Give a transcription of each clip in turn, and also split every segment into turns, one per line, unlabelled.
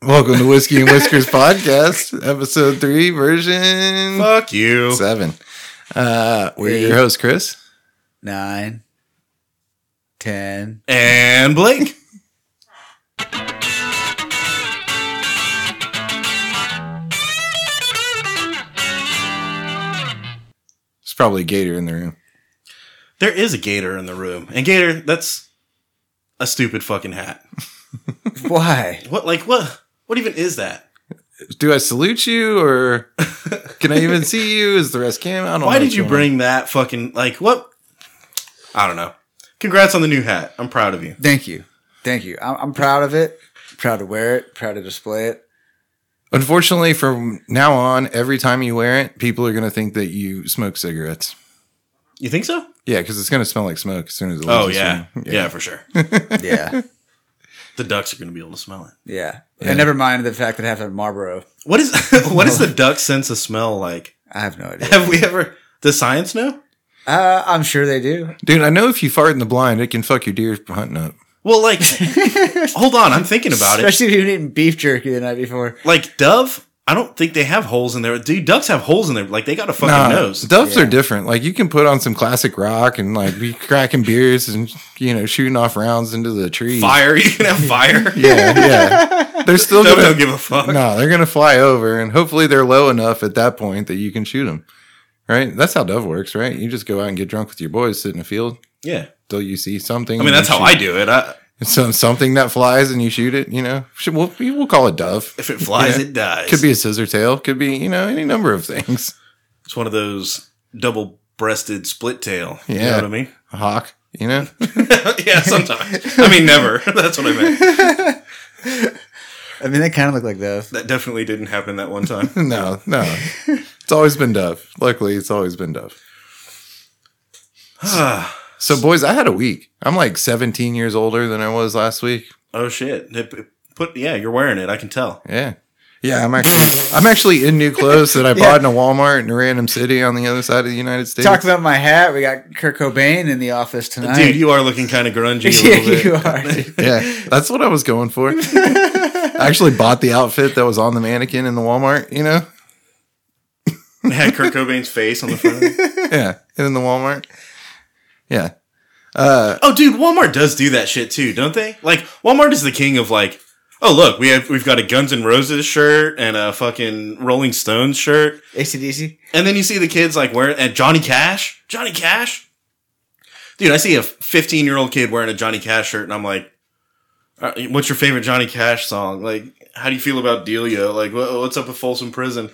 Welcome to Whiskey and Whiskers podcast, episode three, version
Fuck you.
seven. Uh, we're
Eight.
your host, Chris.
nine, ten.
And Blake.
There's probably a gator in the room.
There is a gator in the room. And gator, that's a stupid fucking hat.
Why?
What like what what even is that?
Do I salute you or can I even see you? Is the rest cam? I don't know.
Why did
what's
you
going
bring that fucking like what I don't know. Congrats on the new hat. I'm proud of you.
Thank you, thank you. I'm, I'm proud of it. Proud to wear it. Proud to display it.
on. Unfortunately, from now on, every time you wear it, people are going to think that you smoke cigarettes.
You think so?
Yeah, because it's going to smell like smoke as soon as it leaves
Oh
this
yeah.
room.
yeah. for sure.
Yeah,
the ducks are gonna be able to smell it.
yeah.
Yeah.
And never mind the fact that I have a Marlboro.
What is what is the duck sense of smell like?
I have no idea.
Have we ever does science know?
Uh, I'm sure they do.
Dude, I know if you fart in the blind, it can fuck your deer hunting up.
Well like hold on, I'm thinking about it.
Especially if you've been eating beef jerky the night before.
Like dove, I don't think they have holes in there. Dude, ducks have holes in there. Like they got a fucking
Nah,
nose.
Doves
Yeah.
are different. Like you can put on some classic rock and like be cracking beers and you know shooting off rounds into the trees.
fire. You can have fire.
Yeah, yeah. They're still
Dove
gonna.
don't give a fuck.
no, they're gonna fly over, and hopefully they're low enough at that point that you can shoot them. Right? That's how dove works, right? You just go out and get drunk with your boys, sit in a field
Yeah.
till you see something.
I mean,
and
that's
you
how I do it. I,
shoot. Some something that flies and you shoot it. You know, Should- we'll we'll call it dove.
if it flies,
Yeah.
it dies.
Could be a scissor tail. Could be you know any number of things.
It's one of those double breasted split tail. You
Yeah.
know what I mean?
A hawk. You know.
yeah, sometimes. I mean, never. That's what I meant.
I mean, they kind of look like those.
That definitely didn't happen that one time.
No, no. It's always been Dove. Luckily, it's always been Dove.
oh,
So, boys, I had a week. I'm like 17 years older than I was last week.
Oh, shit. It- it put, yeah, you're wearing it. I can tell.
Yeah. Yeah, I'm actually I'm actually in new clothes that I bought in a Walmart in a random city on the other side of the United States.
Talk about my hat. We got Kurt Cobain in the office tonight.
Dude, you are looking kind of grungy a
yeah,
little bit.
you are.
yeah, that's what I was going for. I actually bought the outfit that was on the mannequin in the Walmart, you know?
It had Kurt Cobain's face on the front.
Yeah, in the Walmart. Yeah.
oh, dude, Walmart does do that shit too, don't they? Like, Walmart is the king of like, oh look, we have we've got a Guns N' Roses shirt and a fucking Rolling Stones shirt.
ACDC.
And then you see the kids like wearing and Johnny Cash, Johnny Cash, dude. I see a 15 year old kid wearing a Johnny Cash shirt, and I'm like, "Uh, "What's your favorite Johnny Cash song? Like, how do you feel about Delia? Like, wha- what's up with Folsom Prison?"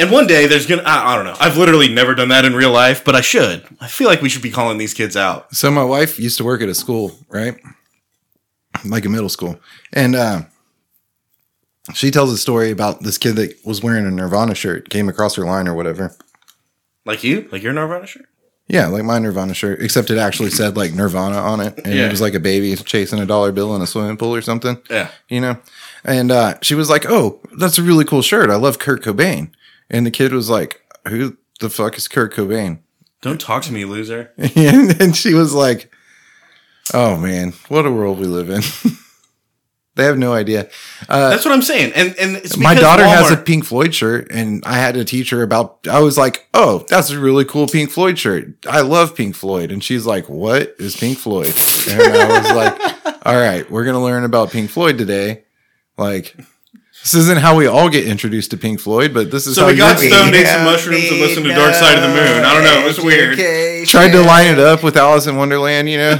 And one day there's gonna I, I don't know. I've literally never done that in real life, but I should. I feel like we should be calling these kids out.
So my wife used to work at a school, right? Like a middle school. And uh, she tells a story about this kid that was wearing a Nirvana shirt, came across her line or whatever.
Like you, like your Nirvana shirt.
Yeah, like my Nirvana shirt, except it actually said like Nirvana on it. And
Yeah.
it was like a baby chasing a dollar bill in a swimming pool or something,
Yeah.
you know? And uh, she was like, Oh, that's a really cool shirt. I love Kurt Cobain. And the kid was like, Who the fuck is Kurt Cobain?
Don't talk to me, loser.
and, and she was like, "Oh man, what a world we live in." they have no idea.
That's what I'm saying. And and it's
Uh, My
because
daughter has a
Walmart-
Pink Floyd shirt, and I had to teach her about. I was like, "Oh, that's a really cool Pink Floyd shirt. I love Pink Floyd." And she's like, "What is Pink Floyd?" And I was like, "All right, we're gonna learn about Pink Floyd today." Like. This isn't how we all get introduced to Pink Floid, but this is
So
how
we
you
got
get
stoned
introduced.
in some mushrooms and listened to Dark Side of the Moon. I don't know. It was weird.
Tried to line it up with Alice in Wonderland, you know.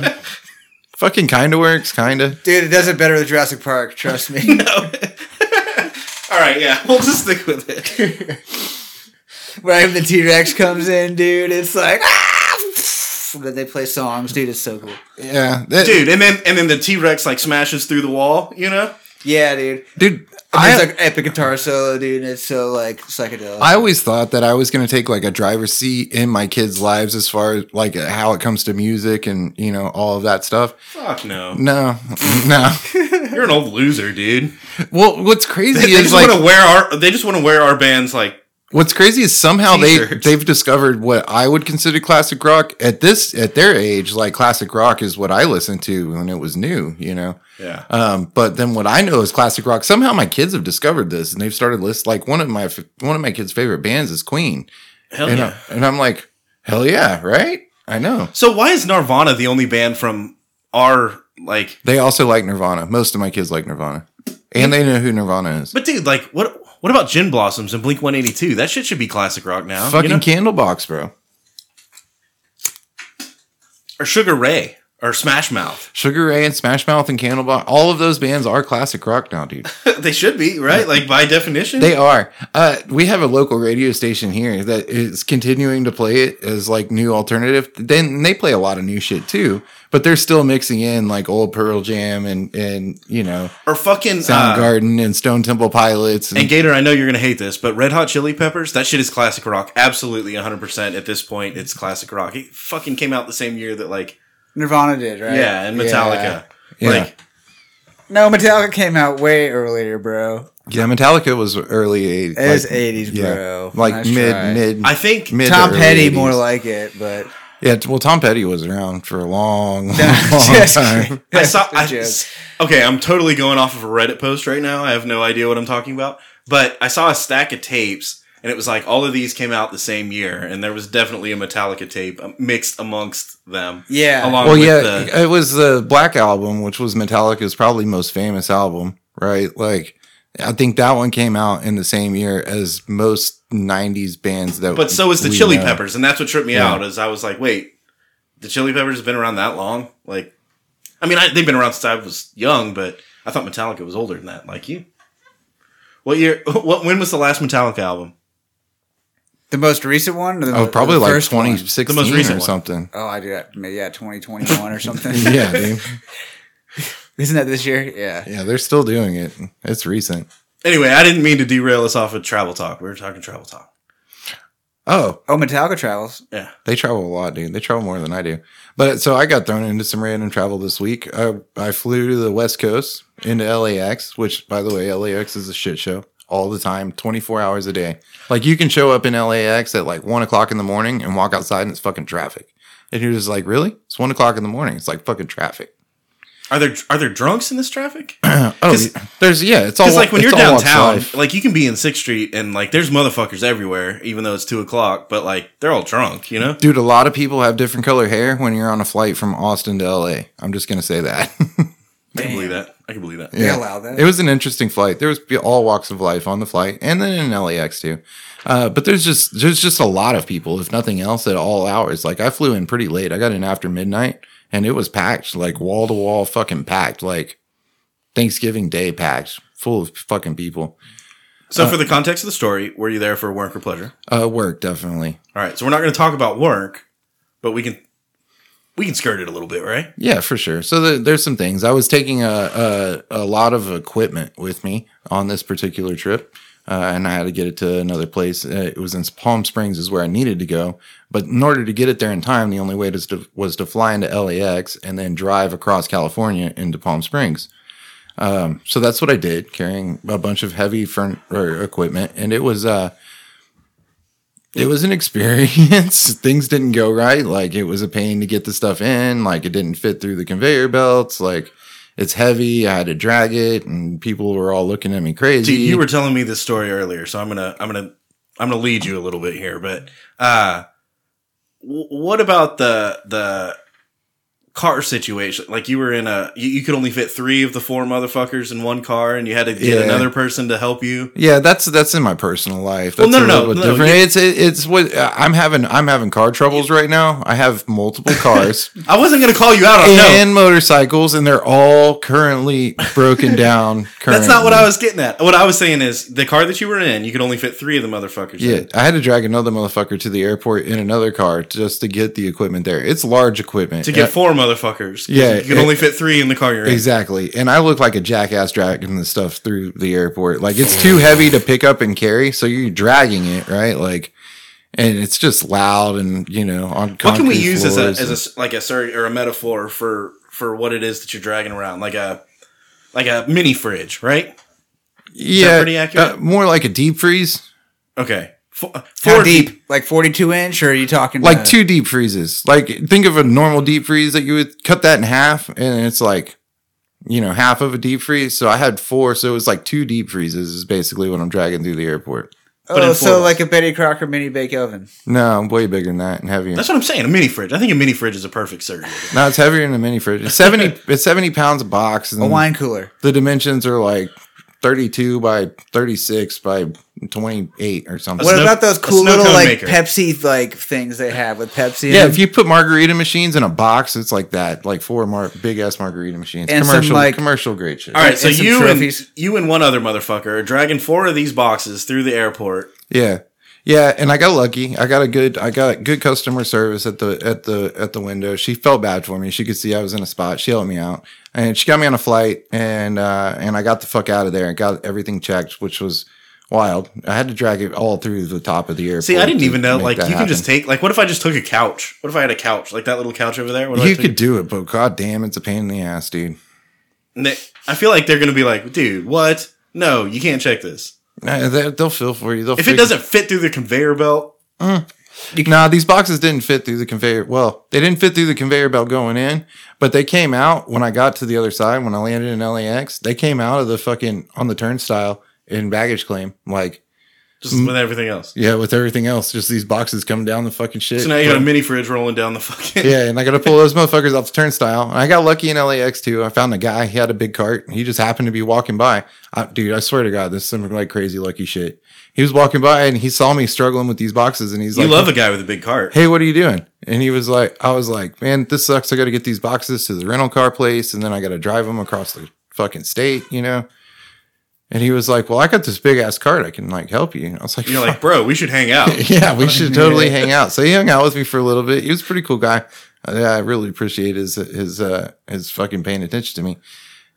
Fucking kinda works, kinda.
Dude, it does it better with Jurassic Park. Trust me.
All right, yeah, we'll just stick with it.
right when the T Rex comes in, dude, it's like ah! But they play songs, dude. It's so cool.
Yeah, that- dude.
Dude, and then and then the T Rex like smashes through the wall, you know?
Yeah, dude. And
I
there's like epic guitar solo, dude. And it's so like psychedelic.
I always thought that I was going to take like a driver's seat in my kids' lives as far as like uh, how it comes to music and you know all of that stuff.
Fuck no.
No, no.
You're an old loser, dude.
Well, what's
They
crazy is
just
like
wanna wear our they just wanna wear our bands like
What's crazy is somehow they
T-shirts.
they've discovered what I would consider classic rock at this at their age. Like classic rock is what I listened to when it was new, you know.
Yeah.
Um, but then what I know is classic rock. Somehow my kids have discovered this and they've started list like one of my f- one of my kids' favorite bands is Queen,
Hell
and
yeah.
I, and I'm like, hell yeah, right? I know.
So why is Nirvana the only band from our like?
They also like Nirvana. Most of my kids like Nirvana, and they know who Nirvana is.
But dude, like what? What about Gin Blossoms and Blink One Eighty Two? That shit should be classic rock now. you
Fucking
know?
Candlebox, bro.
or Sugar Ray or Smash Mouth.
Sugar Ray and Smash Mouth and Candlebox. All of those bands are classic rock now, dude.
they should be right, like by definition.
They are. Uh, we have a local radio station here that is continuing to play it as like new alternative. Then they play a lot of new shit too, but they're still mixing in like old Pearl Jam and and you know
or fucking uh,
Soundgarden and Stone Temple Pilots and,
and Gator. I know you're gonna hate this, but Red Hot Chili Peppers. That shit is classic rock. Absolutely, 100 percent at this point. It's classic rock. It fucking came out the same year that like
Nirvana did, right?
yeah, and Metallica.
Yeah.
Like
No, Metallica came out way earlier, bro.
yeah, Metallica was early eighties.
It was 80s, bro.
Like
Nice
mid
try.
mid.
I think
mid to
Tom
early
Petty
80s.
more like it, but
yeah. t- Well, Tom Petty was around for a long, long
Just
time.
kidding.
I saw.
Good
I,
joke.
okay, I'm totally going off of a Reddit post right now. I have no idea what I'm talking about, but I saw a stack of tapes, and it was like all of these came out the same year, and there was definitely a Metallica tape um, mixed amongst them.
Yeah.
along
Well,
with
yeah,
the
it was the Black Album, which was Metallica's probably most famous album, right? Like, I think that one came out in the same year as most '90s bands that.
But so is the
we
Chili
know.
Peppers, and that's what tripped me
Yeah.
out. Is I was like, wait, the Chili Peppers have been around that long? Like, I mean, I, they've been around since I was young, but I thought Metallica was older than that. Like you, what year? What when was the last Metallica album?
the most recent one? Or the,
Oh,
mo-
probably
the
like
first one?
2016
The most recent
or
one.
something.
Oh, I do that. Maybe, yeah, 2021 or something.
yeah, dude.
Isn't that this year? Yeah.
yeah, they're still doing it. It's recent.
Anyway, I didn't mean to derail us off of travel talk. We were talking travel talk.
Oh,
Oh, Metallica travels.
Yeah,
They travel a lot, dude. They travel more than I do. But so I got thrown into some random travel this week. I, I flew to the West Coast into LAX, which, by the way, LAX is a shit show all the time, 24 hours a day. Like, you can show up in LAX at like one o'clock in the morning and walk outside and it's fucking traffic. And you're just like, really? It's one o'clock in the morning. It's like fucking traffic.
are there are there drunks in this traffic?
Oh,
'Cause-
there's, yeah, it's all
Because e-, like when
it's
you're
all walks of
downtown,
life.
like you can be in Sixth Street and like there's motherfuckers everywhere, even though it's two o'clock. But like they're all drunk, you know.
Dude, a lot of people have different color hair when you're on a flight from Austin to LA. I'm just going to say that.
I can believe that. I can believe that.
They allow that.
It was an interesting flight. There was be- all walks of life on the flight, and then in LAX too. Uh, but there's just there's just a lot of people, if nothing else, at all hours. Like I flew in pretty late. I got in after midnight, and it was packed, like wall to wall, fucking packed, like Thanksgiving Day packed, full of fucking people.
So, for the context of the story, were you there for work or pleasure?
Uh, work definitely,
All right, so we're not going to talk about work, but we can we can skirt it a little bit, right?
yeah, for sure. So the, there's some things. I was taking a, a a lot of equipment with me on this particular trip. Uh, and I had to get it to another place. Uh, it was in Palm Springs, is where I needed to go. But in order to get it there in time, the only way was to, was to fly into LAX and then drive across California into Palm Springs. Um, so that's what I did, carrying a bunch of heavy furn- or equipment, and it was uh, it was an experience. Things didn't go right. Like it was a pain to get the stuff in. Like it didn't fit through the conveyor belts. Like it's heavy. I had to drag it, and people were all looking at me crazy.
Dude, you were telling me this story earlier, so I'm gonna I'm gonna I'm gonna lead you a little bit here, but uh, w- what about the the car situation? Like you were in a you, you could only fit three of the four motherfuckers in one car, and you had to get
Yeah.
another person to help you.
Yeah, that's that's in my personal life.
Well,
That's
no,
a
no,
little bit
no, no,
different.
you-
It's it, it's what uh, I'm having. I'm having car troubles right now. I have multiple cars
I wasn't gonna call you out on Oh, no.
and motorcycles, and they're all currently broken down. Currently.
That's not what I was getting at. What I was saying is the car that you were in, you could only fit three of the motherfuckers. in.
Yeah, I had to drag another motherfucker to the airport in another car just to get the equipment there. It's large equipment
to get
Uh,
four motherfuckers. 'cause
Yeah,
you can
it-
only fit three in the car you're in.
Exactly. And I look like a jackass dragging the stuff through the airport. Like it's too heavy to pick up and carry, so you're dragging it, right? Like and it's just loud and you know on
What can we
concrete
use as a
floors
as a s- like a sorry or a metaphor for for what it is that you're dragging around, like a like a mini fridge, right?
yeah,
pretty accurate?
uh, more like a deep freeze.
Okay, Four,
How deep? Like 42 inch, or are you talking
Like
uh,
two deep freezes. Like think of a normal deep freeze that you would cut that in half and it's like you know, half of a deep freeze. So I had four, so it was like two deep freezes is basically what I'm dragging through the airport.
but
Oh,
in
so
Florida.
like a Betty Crocker mini bake oven.
No, I'm way bigger than that and heavier.
That's what I'm saying. A mini fridge. I think a mini fridge is a perfect surrogate.
no, it's heavier than a mini fridge. It's seventy it's seventy pounds a box
Mm.
and
A wine cooler.
the dimensions are like thirty two by thirty six by twenty eight or something.
what
snow-
about those
a
cool
snow
little
cone
like
maker.
Pepsi like things they have with Pepsi? in
Yeah,
them?
if you put margarita machines in a box, it's like that, like four mar- big ass margarita machines,
And some,
commercial
like-
commercial grade shit.
All right,
And
so
some
you
trophies.
and you and one other motherfucker are dragging four of these boxes through the airport.
Yeah, yeah, and I got lucky. I got a good, I got good customer service at the at the at the window. She felt bad for me. She could see I was in a spot. She helped me out, and she got me on a flight, and uh, and I got the fuck out of there and got everything checked, which was wild. I had to drag it all through the top of the airport.
See, I didn't
to
even know.
make
Like, you
that
can just
happen.
take. Like, what if I just took a couch? What if I had a couch, like that little couch over there? What if I
you
took-
could do it, but god damn, it's a pain in the ass, dude.
and they- I feel like they're gonna be like, dude, what? No, you can't check this.
Nah, they- They'll feel for you. They'll
If it
figure-
doesn't fit through the conveyor belt,
No, these boxes didn't fit through the conveyor. Well, they didn't fit through the conveyor belt going in, but they came out when I got to the other side. When I landed in LAX, they came out of the fucking on the turnstile in baggage claim, like
just
Mm.
with everything else.
yeah, with everything else, just these boxes coming down the fucking shit.
So now you got a mini fridge rolling down the fucking.
yeah, and I got to pull those motherfuckers off the turnstile. And I got lucky in LAX too. I found a guy. He had a big cart. and He just happened to be walking by. I, dude, I swear to God, this is some like crazy lucky shit. He was walking by and he saw me struggling with these boxes, and he's
You
like,
love a guy with a big cart.
hey, what are you doing? And he was like, I was like, man, this sucks. I got to get these boxes to the rental car place and then I got to drive them across the fucking state, you know? And he was like, well, I got this big ass cart. I can like help you. And I was like,
You're like, bro, we should hang out.
yeah, we should totally hang out. So he hung out with me for a little bit. He was a pretty cool guy. I, I really appreciate his, his, uh, his fucking paying attention to me.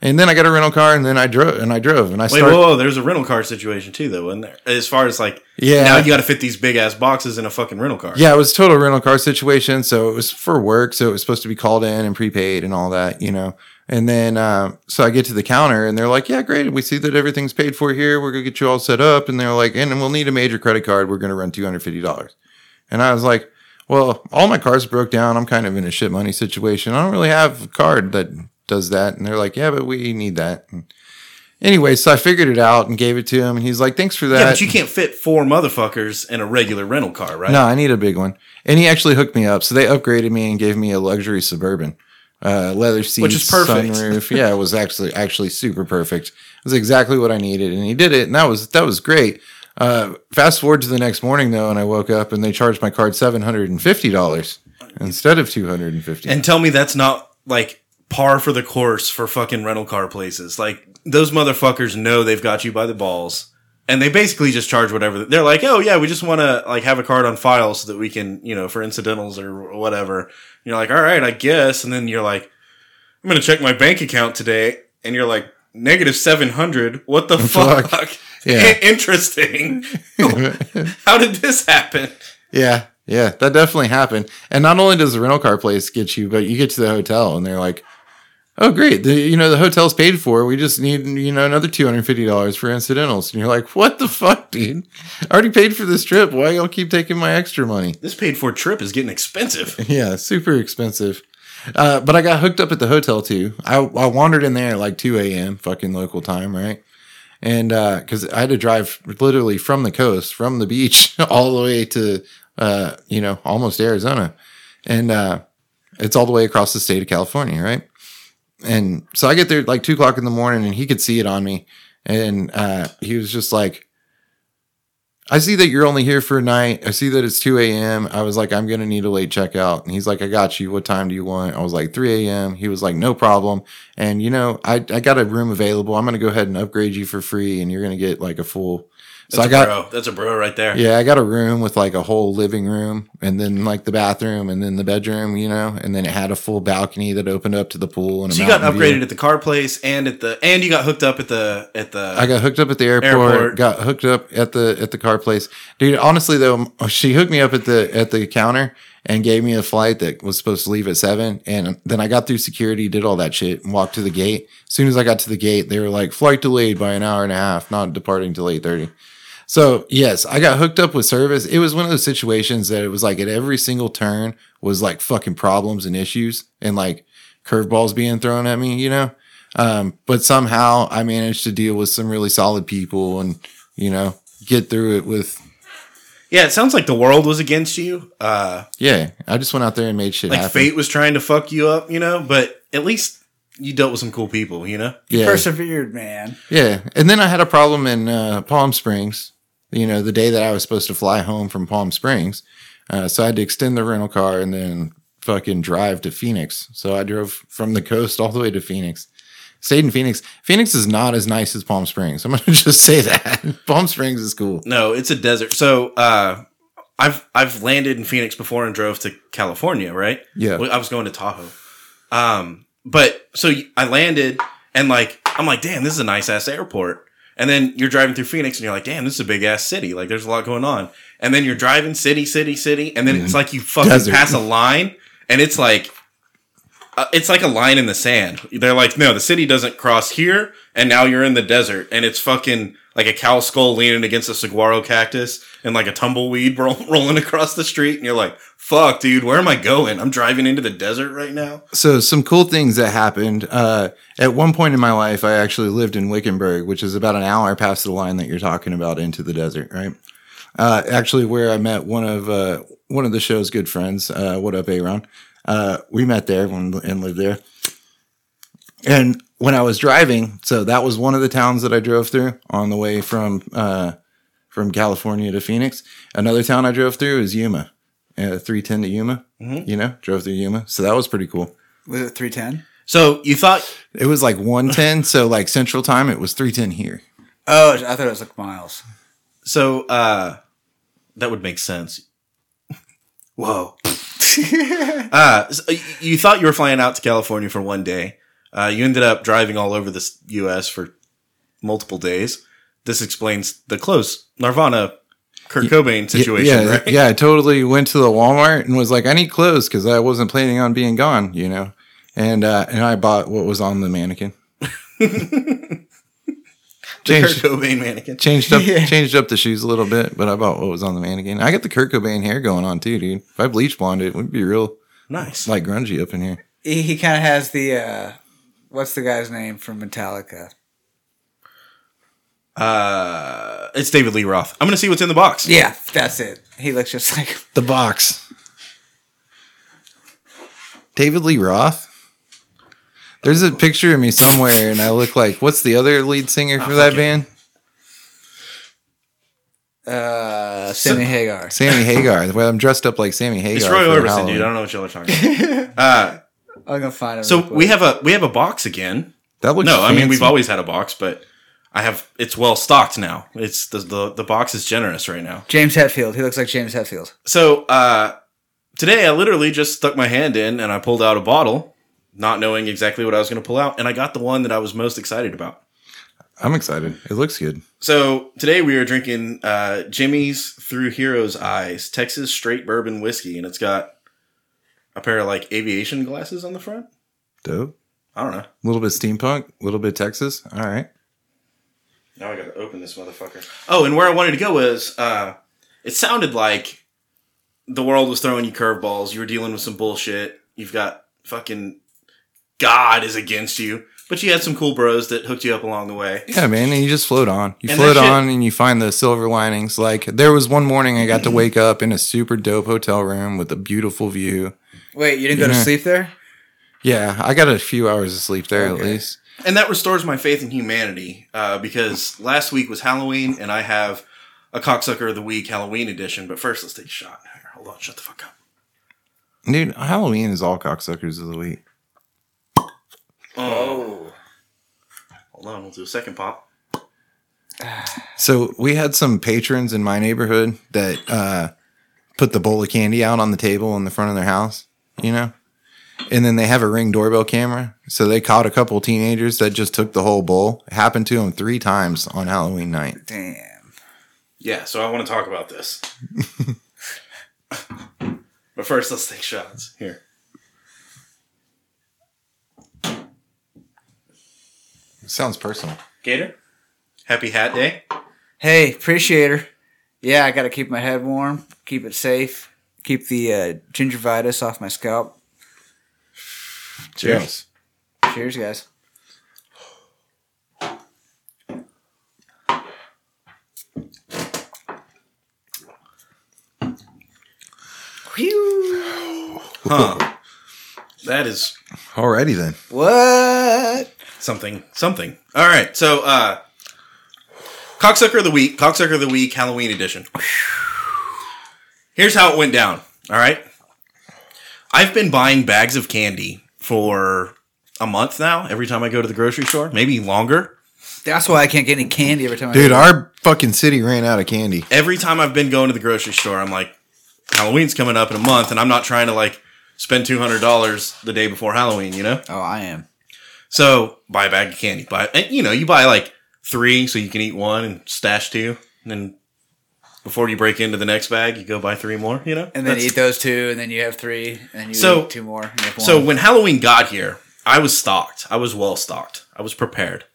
And then I got a rental car and then I drove and I drove and I
Wait,
started.
whoa, whoa, there's a rental car situation too, though, isn't there? As far as like,
Yeah.
now you got to fit these big ass boxes in a fucking rental car.
Yeah, it was a total rental car situation. So it was for work. So it was supposed to be called in and prepaid and all that, you know. And then uh, so I get to the counter and they're like, "Yeah, great. We see that everything's paid for here. We're gonna get you all set up." And they're like, "And we'll need a major credit card. We're gonna run two hundred fifty dollars." And I was like, "Well, all my cars broke down. I'm kind of in a shit money situation. I don't really have a card that does that." And they're like, "Yeah, but we need that." And anyway, so I figured it out and gave it to him, and he's like, "Thanks for that."
Yeah, but you can't fit four motherfuckers in a regular rental car, right?
No, I need a big one. And he actually hooked me up. So they upgraded me and gave me a luxury suburban. Uh, leather seats,
is perfect.
sunroof. Yeah, it was actually actually super perfect. It was exactly what I needed, and he did it, and that was that was great. Uh, fast forward to the next morning though, and I woke up and they charged my card seven hundred and fifty dollars instead of two hundred and fifty.
And tell me that's not like par for the course for fucking rental car places. Like those motherfuckers know they've got you by the balls, and they basically just charge whatever. They're like, oh yeah, we just want to like have a card on file so that we can, you know, for incidentals or whatever. And you're like, all right, I guess. And then you're like, I'm gonna check my bank account today, and you're like. Negative seven hundred. What the
Fuck.
fuck?
Yeah.
Interesting. How did this happen?
Yeah, yeah, that definitely happened. And not only does the rental car place get you, but you get to the hotel and they're like, "Oh, great, the, you know the hotel's paid for. We just need you know another two hundred fifty dollars for incidentals." And you're like, "What the fuck, dude? I already paid for this trip. Why y'all keep taking my extra money?"
This paid for trip is getting expensive.
Yeah, super expensive. Uh, but I got hooked up at the hotel too. I, I wandered in there at like 2 a.m. fucking local time, right? And because I had to drive literally from the coast, from the beach, all the way to, uh, you know, almost Arizona. And uh, it's all the way across the state of California, right? And so I get there at like two o'clock in the morning and he could see it on me. And uh, he was just like, I see that you're only here for a night. I see that it's 2 a.m. I was like, I'm going to need a late checkout. And he's like, I got you. What time do you want? I was like, 3 a.m. He was like, no problem. And, you know, I, I got a room available. I'm going to go ahead and upgrade you for free and you're going to get like a full.
That's
so I
a
got,
bro. That's a bro right there.
yeah, I got a room with like a whole living room and then like the bathroom and then the bedroom, you know, and then it had a full balcony that opened up to the pool. And a
So you got
mountain view.
upgraded at the car place and at the and you got hooked up at the at the
I got hooked up at the airport,
Airport.
Got hooked up at the at the car place, dude. Honestly, though, m- she hooked me up at the at the counter and gave me a flight that was supposed to leave at seven. And then I got through security, did all that shit, and walked to the gate. As soon as I got to the gate, they were like, "Flight delayed by an hour and a half, not departing till 8.30. So yes, I got hooked up with service. It was one of those situations that it was like at every single turn was like fucking problems and issues and like curveballs being thrown at me, you know. Um, but somehow I managed to deal with some really solid people and you know get through it with.
Yeah, it sounds like the world was against you. Uh,
Yeah, I just went out there and made shit
like
happen.
fate was trying to fuck you up, you know. But at least you dealt with some cool people, you know.
yeah,
Persevered, man.
yeah. And then I had a problem in uh, Palm Springs. You know, the day that I was supposed to fly home from Palm Springs, uh, so I had to extend the rental car and then fucking drive to Phoenix. So I drove from the coast all the way to Phoenix. Stayed in Phoenix. Phoenix is not as nice as Palm Springs. I'm gonna just say that. Palm Springs is cool.
No, it's a desert. So uh, I've I've landed in Phoenix before and drove to California. Right?
Yeah.
Well, I was going to Tahoe. Um, but so y- I landed and like I'm like, damn, this is a nice ass airport. And then you're driving through Phoenix and you're like, damn, this is a big ass city. Like there's a lot going on. And then you're driving city, city, city, and then it's like you fucking
Desert.
pass a line and it's like. Uh, it's like a line in the sand. They're like, no, the city doesn't cross here, and now you're in the desert, and it's fucking like a cow skull leaning against a saguaro cactus and like a tumbleweed roll- rolling across the street, and you're like, fuck, dude, where am I going? I'm driving into the desert right now.
so some cool things that happened uh, at one point in my life i actually lived in wickenburg which is about an hour past the line that you're talking about into the desert right uh, actually where i met one of uh, one of the show's good friends uh, what up aaron uh, we met there when, and lived there and when i was driving so that was one of the towns that i drove through on the way from uh, from california to phoenix another town i drove through is yuma uh, 310 to yuma you know drove through yuma so that was pretty cool
Was it 310?
So you thought,
it was like 110. so like central time, it was 310 here.
Oh, I thought it was like miles.
so uh, that would make sense. Whoa. uh, so y- you thought you were flying out to California for one day. Uh, you ended up driving all over the s- U.S. for multiple days. This explains the close Nirvana, Kurt Cobain situation,
yeah,
right?
yeah, I totally went to the Walmart and was like, I need clothes because I wasn't planning on being gone, you know. And uh, and I bought what was on the mannequin.
Kurt
changed
Cobain mannequin.
changed up
Yeah.
changed up the shoes a little bit, but I bought what was on the mannequin. I got the Kurt Cobain hair going on too, dude. If I bleach blonde it, it would be real
Nice.
like grungy up in here.
He, he kind of has the, uh, what's the guy's name from Metallica?
Uh, it's David Lee Roth. I'm gonna see what's in the box.
Yeah, that's it. He looks just like,
The box. David Lee Roth. There's a picture of me somewhere, and I look like what's the other lead singer for that band?
uh, Sammy Hagar.
Sammy Hagar. Well, I'm dressed up like Sammy Hagar.
It's Roy
for
Orbison,
Halloween.
dude. I don't know what y'all are talking about. uh,
I'm going to find him.
so
real quick.
we have a we have a box again.
That looks
no, I mean we've
always
always had a box, but I have it's well stocked now. It's the the, the box is generous right now.
James Hetfield. He looks like James Hetfield.
So uh, today I literally just stuck my hand in and I pulled out a bottle, not knowing exactly what I was going to pull out, and I got the one that I was most excited about.
I'm excited. It looks good.
So today we are drinking uh, Jimmy's Through Heroes Eyes Texas Straight Bourbon Whiskey, and it's got a pair of like aviation glasses on the front.
Dope.
I don't know.
A little bit steampunk, a little bit Texas. All right.
Now I gotta open this motherfucker. Oh, and where I wanted to go was uh, it sounded like the world was throwing you curveballs. You were dealing with some bullshit. You've got fucking God is against you. But you had some cool bros that hooked you up along the way.
Yeah, man. And you just float on. You
And
float
that shit-
on and you find the silver linings. Like, there was one morning I got to wake up in a super dope hotel room with a beautiful view.
Wait, you didn't go to
Yeah.
sleep there?
Yeah, I got a few hours of sleep there at
Okay.
least.
And that restores my faith in humanity uh, because last week was Halloween and I have a cocksucker of the week Halloween edition. But first, let's take a shot. Here, hold on, shut the fuck up.
Dude, Halloween is all cocksuckers of the week.
Oh. Hold on, we'll do a second pop.
So we had some patrons in my neighborhood that uh, put the bowl of candy out on the table in the front of their house, you know? And then they have a ring doorbell camera. So they caught a couple teenagers that just took the whole bowl. It happened to them three times on Halloween night.
Damn.
Yeah, so I want to talk about this. but first, let's take shots. Here.
Sounds personal.
Gator? Happy Hat Day?
hey, appreciate her. Yeah, I got to keep my head warm, keep it safe, keep the uh, gingivitis off my scalp.
Cheers.
Cheers, guys. Whew.
Huh. that is
Alrighty then.
What?
something. Something. All right. So, uh, Cocksucker of the Week, Cocksucker of the Week, Halloween edition. Here's how it went down. All right. I've been buying bags of candy for a month now, every time I go to the grocery store, maybe longer.
That's why I can't get any candy every time.
Dude,
I
our fucking city ran out of candy.
every time I've been going to the grocery store, I'm like, Halloween's coming up in a month, and I'm not trying to like spend two hundred dollars the day before Halloween, you know.
oh, I am.
So buy a bag of candy, buy and you know you buy like three so you can eat one and stash two, and then before you break into the next bag, you go buy three more, you know.
And then
That's-
eat those two, and then you have three, and then you
So-
eat two more. And you have one.
So when Halloween got here, I was stocked. I was well stocked. I was prepared.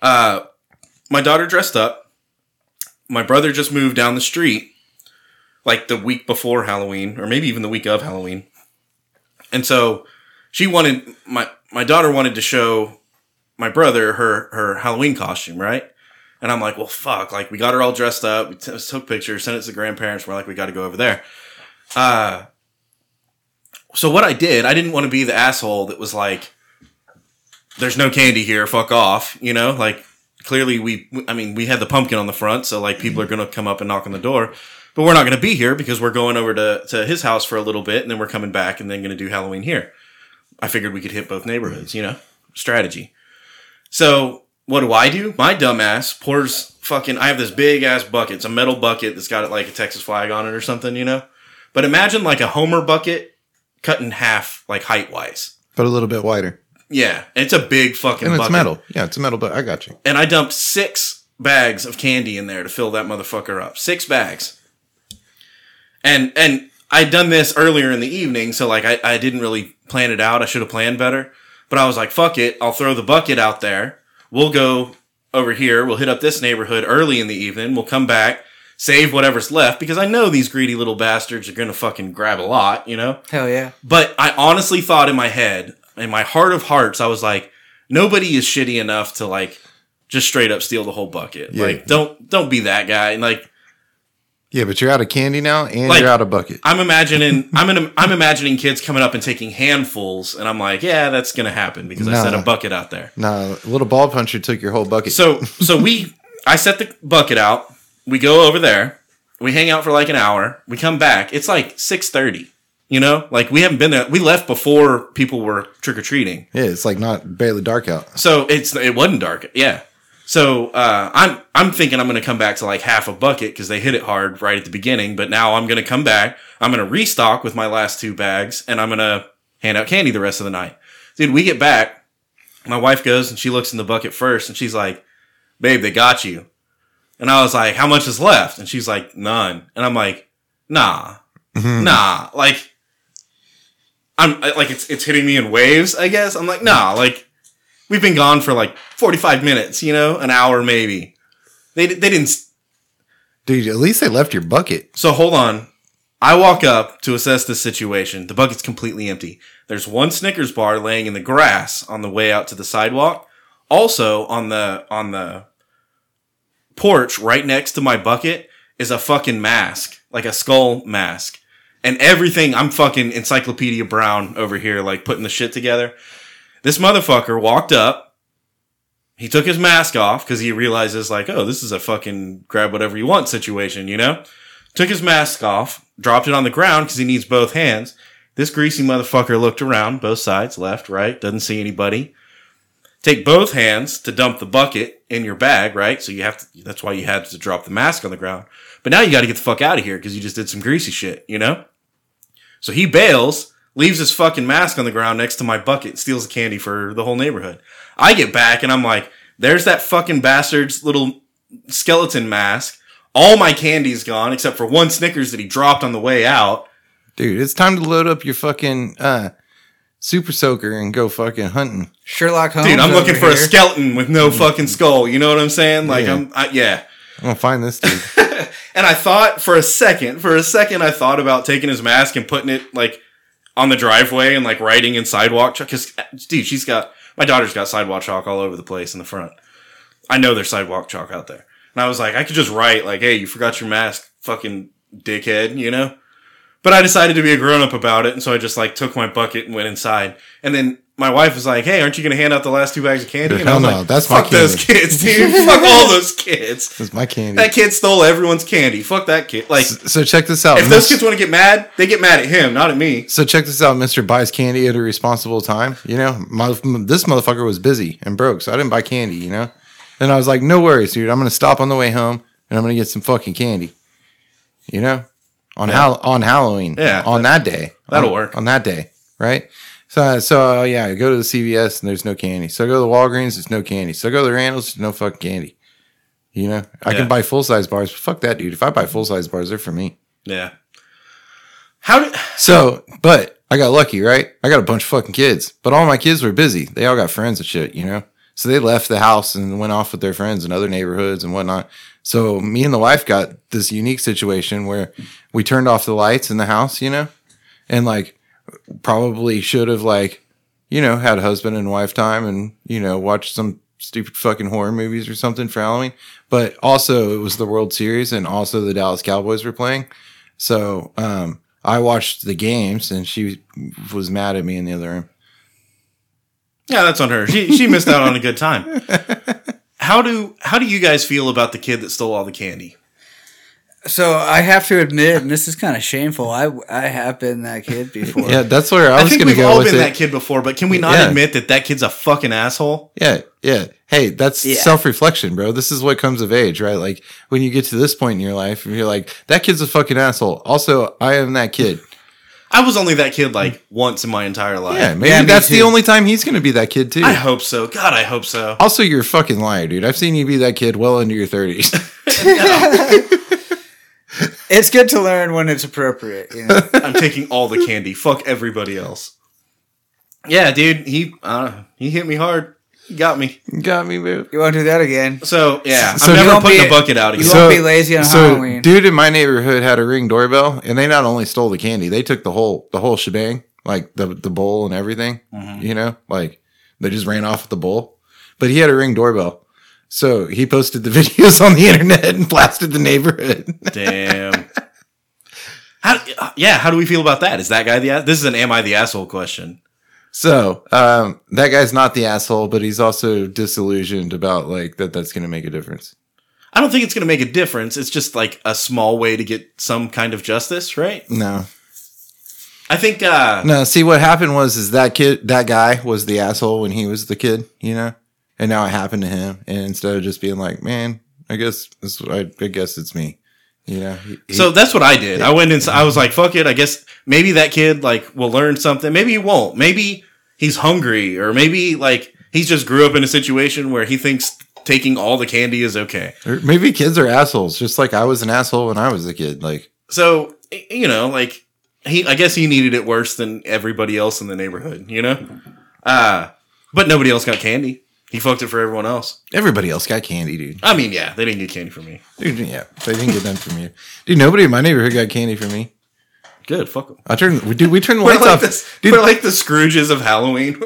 Uh, my daughter dressed up. My brother just moved down the street, like the week before Halloween, or maybe even the week of Halloween. And so she wanted my my daughter wanted to show my brother her her Halloween costume, right? And I'm like, well, fuck! Like we got her all dressed up. We t- took pictures, sent it to the grandparents. We're like, we got to go over there. Uh, so what I did, I didn't want to be the asshole that was like, "There's no candy here, fuck off," you know. Like clearly, we, I mean, we had the pumpkin on the front, so like people are gonna come up and knock on the door, but we're not gonna be here because we're going over to to his house for a little bit, and then we're coming back, and then gonna do Halloween here. I figured we could hit both neighborhoods, you know, strategy. So what do I do? My dumbass pours fucking. I have this big ass bucket. It's a metal bucket that's got like a Texas flag on it or something, you know. But imagine like a Homer bucket cut in half, like height wise.
But a little bit wider.
Yeah, and it's a big fucking.
And it's
bucket.
metal. Yeah, it's a metal, but I got you.
And I dumped six bags of candy in there to fill that motherfucker up. Six bags. And and I'd done this earlier in the evening, so like I, I didn't really plan it out. I should have planned better. But I was like, fuck it, I'll throw the bucket out there. We'll go over here, we'll hit up this neighborhood early in the evening, we'll come back, save whatever's left, because I know these greedy little bastards are gonna fucking grab a lot, you know?
hell yeah,
But I honestly thought in my head, in my heart of hearts, I was like, nobody is shitty enough to like just straight up steal the whole bucket.
Yeah.
Like, don't don't be that guy. And like,
Yeah, but you're out of candy now and
Like-
you're out of bucket.
I'm imagining, I'm in, I'm imagining kids coming up and taking handfuls, and I'm like, yeah, that's gonna happen because I set
Nah.
a bucket out there.
Nah, little ball puncher took your whole bucket.
So so we, I set the bucket out. We go over there. We hang out for like an hour. We come back. It's like six thirty. You know, like we haven't been there. We left before people were trick or treating.
yeah, it's like not barely dark out.
So it's it wasn't dark. Yeah. So uh, I'm I'm thinking I'm going to come back to like half a bucket because they hit it hard right at the beginning. But now I'm going to come back. I'm going to restock with my last two bags, and I'm going to hand out candy the rest of the night. Dude, we get back. My wife goes and she looks in the bucket first, and she's like, "Babe, they got you." And I was like, "How much is left?" And she's like, "None." And I'm like, "Nah, nah." Like, I'm I- like it's it's hitting me in waves. I guess I'm like, "Nah." Like, we've been gone for like 45 minutes, you know, an hour maybe. They, they didn't.
Dude, at least they left your bucket.
So hold on. I walk up to assess this situation. The bucket's completely empty. There's one Snickers bar laying in the grass on the way out to the sidewalk. Also on the on the porch right next to my bucket is a fucking mask, like a skull mask. And everything I'm fucking Encyclopedia Brown over here like putting the shit together. This motherfucker walked up. He took his mask off cuz he realizes like, "Oh, this is a fucking grab whatever you want situation, you know?" took his mask off, dropped it on the ground because he needs both hands. This greasy motherfucker looked around, both sides, left, right, doesn't see anybody. Take both hands to dump the bucket in your bag, right? So you have to, that's why you had to drop the mask on the ground. But now you got to get the fuck out of here because you just did some greasy shit, you know? So he bails, leaves his fucking mask on the ground next to my bucket, and steals the candy for the whole neighborhood. I get back and I'm like, there's that fucking bastard's little skeleton mask. All my candy's gone except for one Snickers that he dropped on the way out.
Dude, it's time to load up your fucking uh super soaker and go fucking hunting.
Sherlock Holmes.
Dude, I'm
Oh, over
looking for a
here.
skeleton with no fucking skull. You know what I'm saying? Like
Yeah.
I'm, I, yeah.
I'm gonna find this dude.
And I thought for a second, for a second, I thought about taking his mask and putting it like on the driveway and like writing in sidewalk chalk. Cause uh, dude, she's got my daughter's got sidewalk chalk all over the place in the front. I know there's sidewalk chalk out there, and I was like, I could just write like, "Hey, you forgot your mask, fucking dickhead," you know. But I decided to be a grown up about it, and so I just like took my bucket and went inside. And then my wife was like, "Hey, aren't you going to hand out the last two bags of candy?"
Dude,
and I
hell
was
no,
like,
that's my
"Fuck those kids, dude! Fuck all those kids!"
This is my candy.
That kid stole everyone's candy. Fuck that kid. Like,
S- so check this out.
if those
Mis-
kids want to get mad, they get mad at him, not at me.
so check this out. Mister buys candy at a responsible time. You know, my, this motherfucker was busy and broke, so I didn't buy candy. You know, and I was like, no worries, dude. I'm gonna stop on the way home and I'm gonna get some fucking candy. You know, on Hall- on Halloween.
Yeah.
on that day.
That'll
On-
work.
on that day, right? So, so uh, yeah, I go to the CVS and there's no candy. So I go to the Walgreens, there's no candy. So I go to the Randalls, there's no fucking candy. You know, I
Yeah.
can buy full size bars, but fuck that, dude. If I buy full size bars, they're for me.
Yeah. How did?
So, but I got lucky, right? I got a bunch of fucking kids, but all my kids were busy. They all got friends and shit, you know? So they left the house and went off with their friends in other neighborhoods and whatnot. So me and the wife got this unique situation where we turned off the lights in the house, you know? And like probably should have like, you know, had husband and wife time and, you know, watched some stupid fucking horror movies or something for Halloween. But also it was the World Series and also the Dallas Cowboys were playing. So um, I watched the games, and she was mad at me in the other room.
Yeah, that's on her. She she missed out on a good time. How do how do you guys feel about the kid that stole all the candy?
So I have to admit, and this is kind of shameful. I I have been that kid before.
Yeah, that's where I,
I,
was
think
going to
we've
go
all
with
been
it.
that kid before, but can we not
Yeah.
admit that that kid's a fucking asshole?
Yeah, yeah. Hey, that's
Yeah.
self reflection, bro. This is what comes of age, right? Like when you get to this point in your life, and you're like, that kid's a fucking asshole. Also, I am that kid.
I was only that kid like once in my entire life.
Yeah, maybe
Yeah, me
that's the
too.
only time he's going to be that kid too.
I hope so. God, I hope so.
also, you're a fucking liar, dude. I've seen you be that kid well into your thirties.
It's good to learn when it's appropriate. You know?
I'm taking all the candy. Fuck everybody else. Yeah, dude, he uh, he hit me hard. He got me.
Got me, bro.
you won't do that again.
So yeah,
So
I'm
you
never
won't
putting
be-
the bucket out
You
again.
won't be lazy on Halloween.
Dude in my neighborhood had a ring doorbell, and they not only stole the candy, they took the whole the whole shebang, like the the bowl and everything.
Mm.
You know, like they just ran off with the bowl. But he had a ring doorbell, so he posted the videos on the internet and blasted the neighborhood.
Damn. How, uh, yeah, how do we feel about that? Is that guy the ass? This is an am I the asshole question.
so um, that guy's not the asshole, but he's also disillusioned about like that. That's going to make a difference.
I don't think it's going to make a difference. It's just like a small way to get some kind of justice, right?
No,
I think uh,
No, see what happened was is that kid that guy was the asshole when he was the kid, you know? And now it happened to him. And instead of just being like, Man, I guess this I, I guess it's me. You know. He- he-
So that's what I did. I went in. I was like, "Fuck it." I guess maybe that kid like will learn something. Maybe he won't. Maybe he's hungry, or maybe like he's just grew up in a situation where he thinks taking all the candy is okay.
or maybe kids are assholes, just like I was an asshole when I was a kid. Like
So y- you know, like he, I guess he needed it worse than everybody else in the neighborhood. You know, uh, but nobody else got candy. He fucked it for everyone else.
everybody else got candy, dude.
I mean, yeah, they didn't get candy for me.
Dude, yeah. They didn't get them from you. Dude, nobody in my neighborhood got candy from me.
Good, fuck them.
I turned we dude, we turned the
We're
lights
like,
off.
this,
dude,
we're like the Scrooges of Halloween.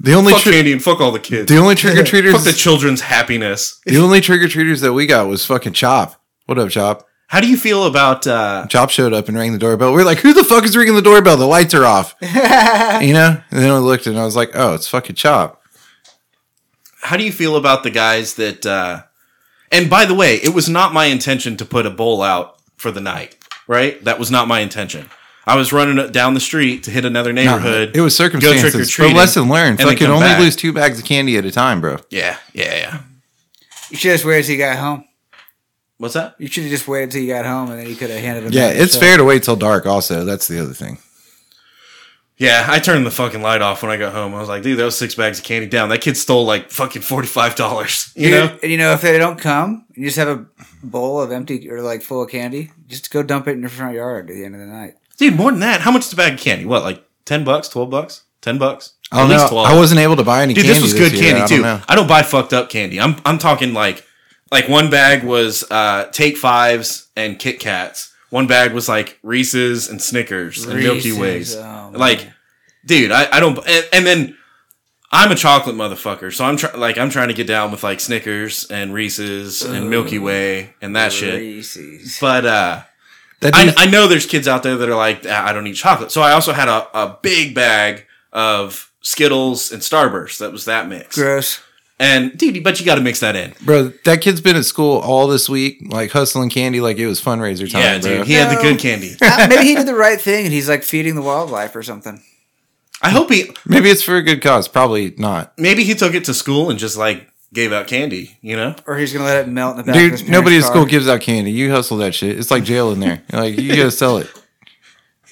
the only
fuck
tri-
candy and fuck all the kids.
the only trick or
Fuck the
treaters
children's happiness.
the only trick or treaters that we got was fucking Chop. What up, Chop?
How do you feel about? uh
Chop showed up and rang the doorbell. We are like, who the fuck is ringing the doorbell? The lights are off. you know? And then I looked and I was like, oh, it's fucking Chop.
How do you feel about the guys that? uh And by the way, it was not my intention to put a bowl out for the night. Right, that was not my intention. I was running down the street to hit another neighborhood.
Um, It was circumstances. But
trick-or-treating,
lesson learned.
and then
Fucking
come
only
back.
lose two bags of candy at a time, bro.
yeah, yeah, yeah.
You should just wait till you got home.
What's that?
You should have just waited till you got home, and then you could have handed him.
Yeah,
back
it's
yourself.
fair to wait till dark also. That's the other thing.
Yeah, I turned the fucking light off when I got home. I was like, dude, that was six bags of candy down. That kid stole like fucking forty five dollars. You know?
and you know if they don't come, you just have a bowl of empty or like full of candy. Just go dump it in your front yard at the end of the night.
Dude, more than that. How much is a bag of candy? What, like ten bucks, twelve bucks? ten bucks.
I don't know. I wasn't able to buy any.
Dude,
candy
this was good
year.
candy
I don't
too.
know.
I don't buy fucked up candy. I'm I'm talking like like one bag was uh Take Fives and Kit Kats. One bag was like Reese's and Snickers and Milky
Reese's,
Ways.
oh,
like,
man.
dude, I, I don't. And, and then I'm a chocolate motherfucker, so I'm try, like I'm trying to get down with like Snickers and Reese's and Milky Way and that shit.
Reese's.
But uh,
That
I,
dude-
I know there's kids out there that are like, "Ah, I don't eat chocolate. So I also had a, a big bag of Skittles and Starburst. That was that mix.
Gross.
And dude, but you got to mix that in.
bro, that kid's been at school all this week, like hustling candy, like it was fundraiser time,
yeah,
bro.
dude, he had the
No.
good candy.
Uh, Maybe he did the right thing and he's like feeding the wildlife or something.
I hope he
Maybe it's for a good cause. Probably not,
maybe he took it to school and just like gave out candy. You know,
Or he's going to let it melt in the back of his
dude.
parents'
Nobody at
car.
school gives out candy. You hustle that shit. It's like jail in there. like you gotta sell it.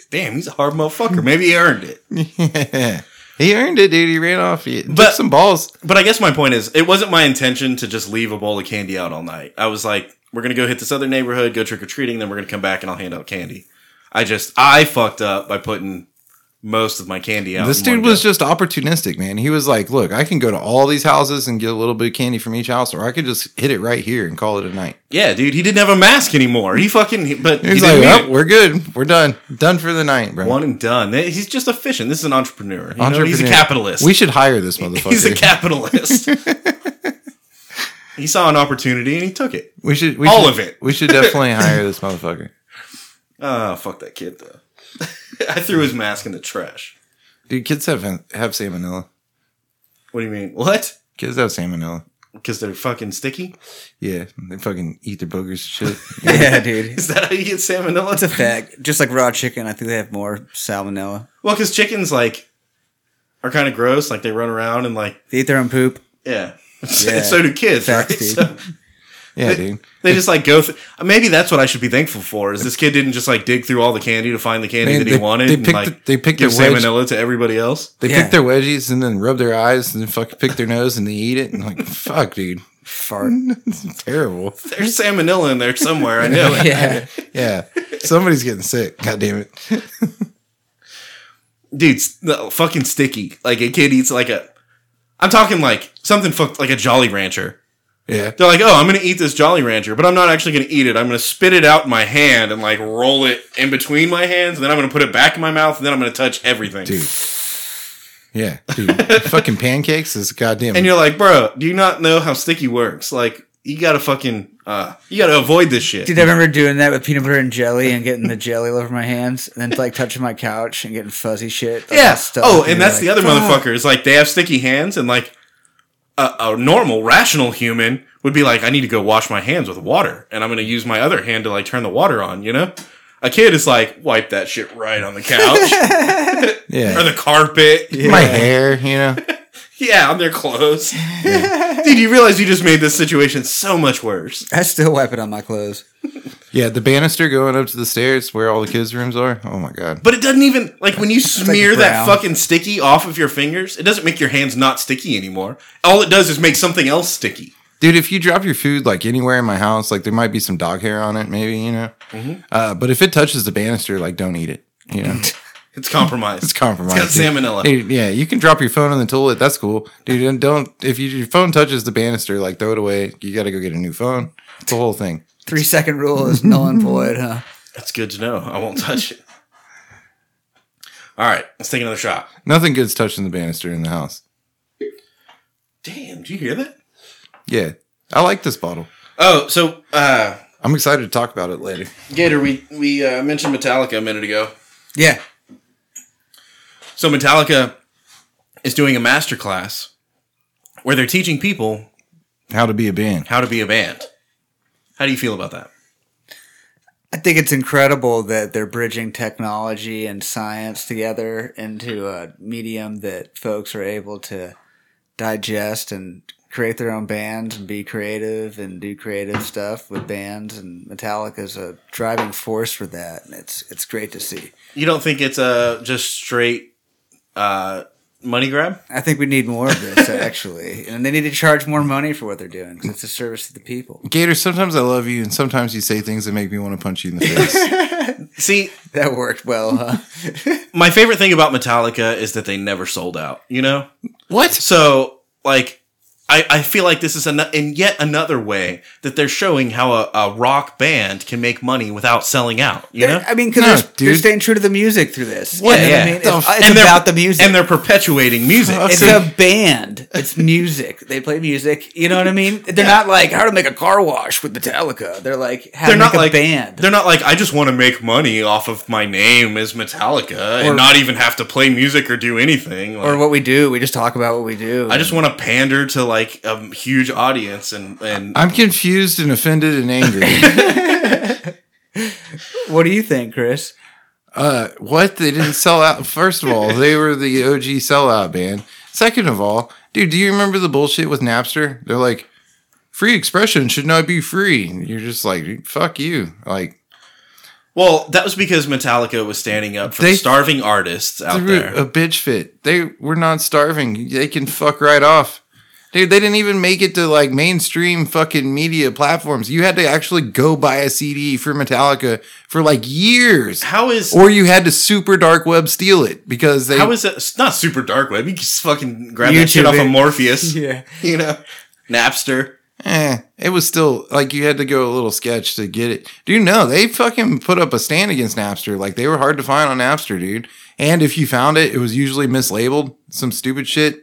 damn, he's a hard motherfucker. Maybe he earned it.
He earned it, dude. He ran off. He took
But-
some balls.
But I guess my point is, it wasn't my intention to just leave a bowl of candy out all night. I was like, we're gonna go hit this other neighborhood, go trick or treating, then we're gonna come back and I'll hand out candy. I just I fucked up by putting most of Oh my candy out.
This
in one
dude was
go.
just opportunistic, man. He was like, "Look, I can go to all these houses and get a little bit of candy from each house, or I could just hit it right here and call it a night."
yeah, dude. He didn't have a mask anymore. He fucking he- but
He's
he
like,
didn't mean
"Well,
it.
we're good. We're done. Done for the night, bro."
one and done. He's just efficient. This is an entrepreneur. You know? He's a
Entrepreneur.
capitalist.
We should hire this motherfucker.
He's a capitalist. he saw an opportunity and he took it.
we should. We
all
should-
of it.
We should definitely hire this motherfucker,
Oh, fuck that kid though. I threw his mask in the trash.
dude. Kids have have salmonella.
What do you mean? What?
Kids have salmonella.
Because they're fucking sticky?
Yeah, they fucking eat their boogers and shit.
Yeah, dude.
Is that how you get salmonella?
It's a fact. Just like raw chicken, I think they have more salmonella.
well, because chickens like are kind of gross. Like they run around and like
They eat their own poop.
yeah.
Yeah.
so do kids,
Facts,
right?
dude.
So
yeah, dude.
they just like go. through Maybe that's what I should be thankful for. Is this kid didn't just like dig through all the candy to find the candy
Man,
that he
they-
wanted?
they
and,
picked
like,
the- they picked
give
the wedge-
salmonella to everybody else.
They
Yeah.
pick their wedgies and then rub their eyes and then fucking pick their nose and they eat it and like, fuck, dude,
Fart.
it's terrible.
There's salmonella in there somewhere. I know. it.
Yeah.
Yeah, somebody's getting sick. God damn it.
dude, s- no, fucking sticky. Like a kid eats like a. I'm talking like something fucked like a Jolly Rancher.
Yeah.
They're like, oh, I'm gonna eat this Jolly Rancher, but I'm not actually gonna eat it. I'm gonna spit it out in my hand and like roll it in between my hands, and then I'm gonna put it back in my mouth, and then I'm gonna touch everything.
Dude. Yeah, dude. fucking pancakes is goddamn.
And you're like, bro, do you not know how sticky works? Like, you gotta fucking, uh, you gotta avoid this shit.
Dude, I remember doing that with peanut butter and jelly and getting the jelly all over my hands and then like touching my couch and getting fuzzy shit. like,
yeah.
stuff.
Oh,
you're
and that's
like,
the other
"Fuck."
motherfucker is like they have sticky hands, and like a, a normal, rational human would be like, I need to go wash my hands with water, and I'm gonna use my other hand to like turn the water on. You know, a kid is like, wipe that shit right on the couch
yeah.
or the carpet. Yeah.
My hair, you know.
on their clothes. Dude, you realize you just made this situation so much worse.
I still wipe it on my clothes.
Yeah, the banister going up to the stairs where all the kids' rooms are. Oh my god.
But it doesn't even like when you
like
smear that
brown.
fucking sticky off of your fingers, it doesn't make your hands not sticky anymore. All it does is make something else sticky.
Dude, if you drop your food like anywhere in my house, like there might be some dog hair on it, maybe, you know.
Mm-hmm.
Uh, but if it touches the banister, like don't eat it. You know,
It's compromised.
it's compromised.
It's got
dude.
salmonella.
Dude, yeah, you can drop your phone in the toilet. That's cool, dude. And don't if you, your phone touches the banister, like throw it away. You got to go get a new phone. It's the whole thing.
Three second rule is null and void, huh?
That's good to know. I won't touch it. All right, let's take another shot.
Nothing good's touching the banister in the house.
Damn, did you hear that?
Yeah, I like this bottle.
Oh, so uh
I'm excited to talk about it later.
Gator, we we uh, mentioned Metallica a minute ago.
Yeah.
So Metallica is doing a master class where they're teaching people
How to be a band?
how to be a band. How do you feel about that?
I think it's incredible that they're bridging technology and science together into a medium that folks are able to digest and create their own bands and be creative and do creative stuff with bands and Metallica is a driving force for that and it's it's great to see.
You don't think it's uh, just straight uh, money grab?
I think we need more of this actually and they need to charge more money for what they're doing cuz it's a service to the people.
Gator, sometimes I love you, and sometimes you say things that make me want to punch you in the face.
See,
That worked well, huh?
my favorite thing about Metallica is that they never sold out. You know,
What?
so like. I, I feel like this is an, in yet another way that they're showing how a, a rock band can make money without selling out. You know,
They're- I mean, because
No,
they're, they're
dude.
staying true to the music through this.
What
You know
the
I mean? It's,
f-
it's
they're-
about the music.
and they're perpetuating music.
it's
See-
a band. It's music. They play music. You know what I mean? They're not like how to make a car wash with Metallica. They're like how
They're
to make
not
a
like
band.
They're not like I just want to make money off of my name as Metallica
Or-
and not even have to play music or do anything. Like,
or what we do. We just talk about what we do.
I just want to pander to like a huge audience and and
I'm confused and offended and angry.
What do you think, Chris?
Uh, what? They didn't sell out. First of all, they were the OG sellout band. Second of all, dude, do you remember the bullshit with Napster? They're like, free expression should not be free. And you're just like, dude, fuck you. Like,
well, that was because Metallica was standing up for
They-
the starving artists
they
out
were
there.
a bitch fit. They were not starving. They can fuck right off. Dude, they didn't even make it to like mainstream fucking media platforms. You had to actually go buy a CD for Metallica for like years.
how is
Or you had to super dark web steal it because they
how is it? It's not super dark web. You can just fucking grab
YouTube
that shit off
it.
of Morpheus.
Yeah.
You know, Napster.
eh, it was still like you had to go a little sketch to get it. Dude, no, they fucking put up a stand against Napster. Like they were hard to find on Napster, dude. And if you found it, it was usually mislabeled, some stupid shit.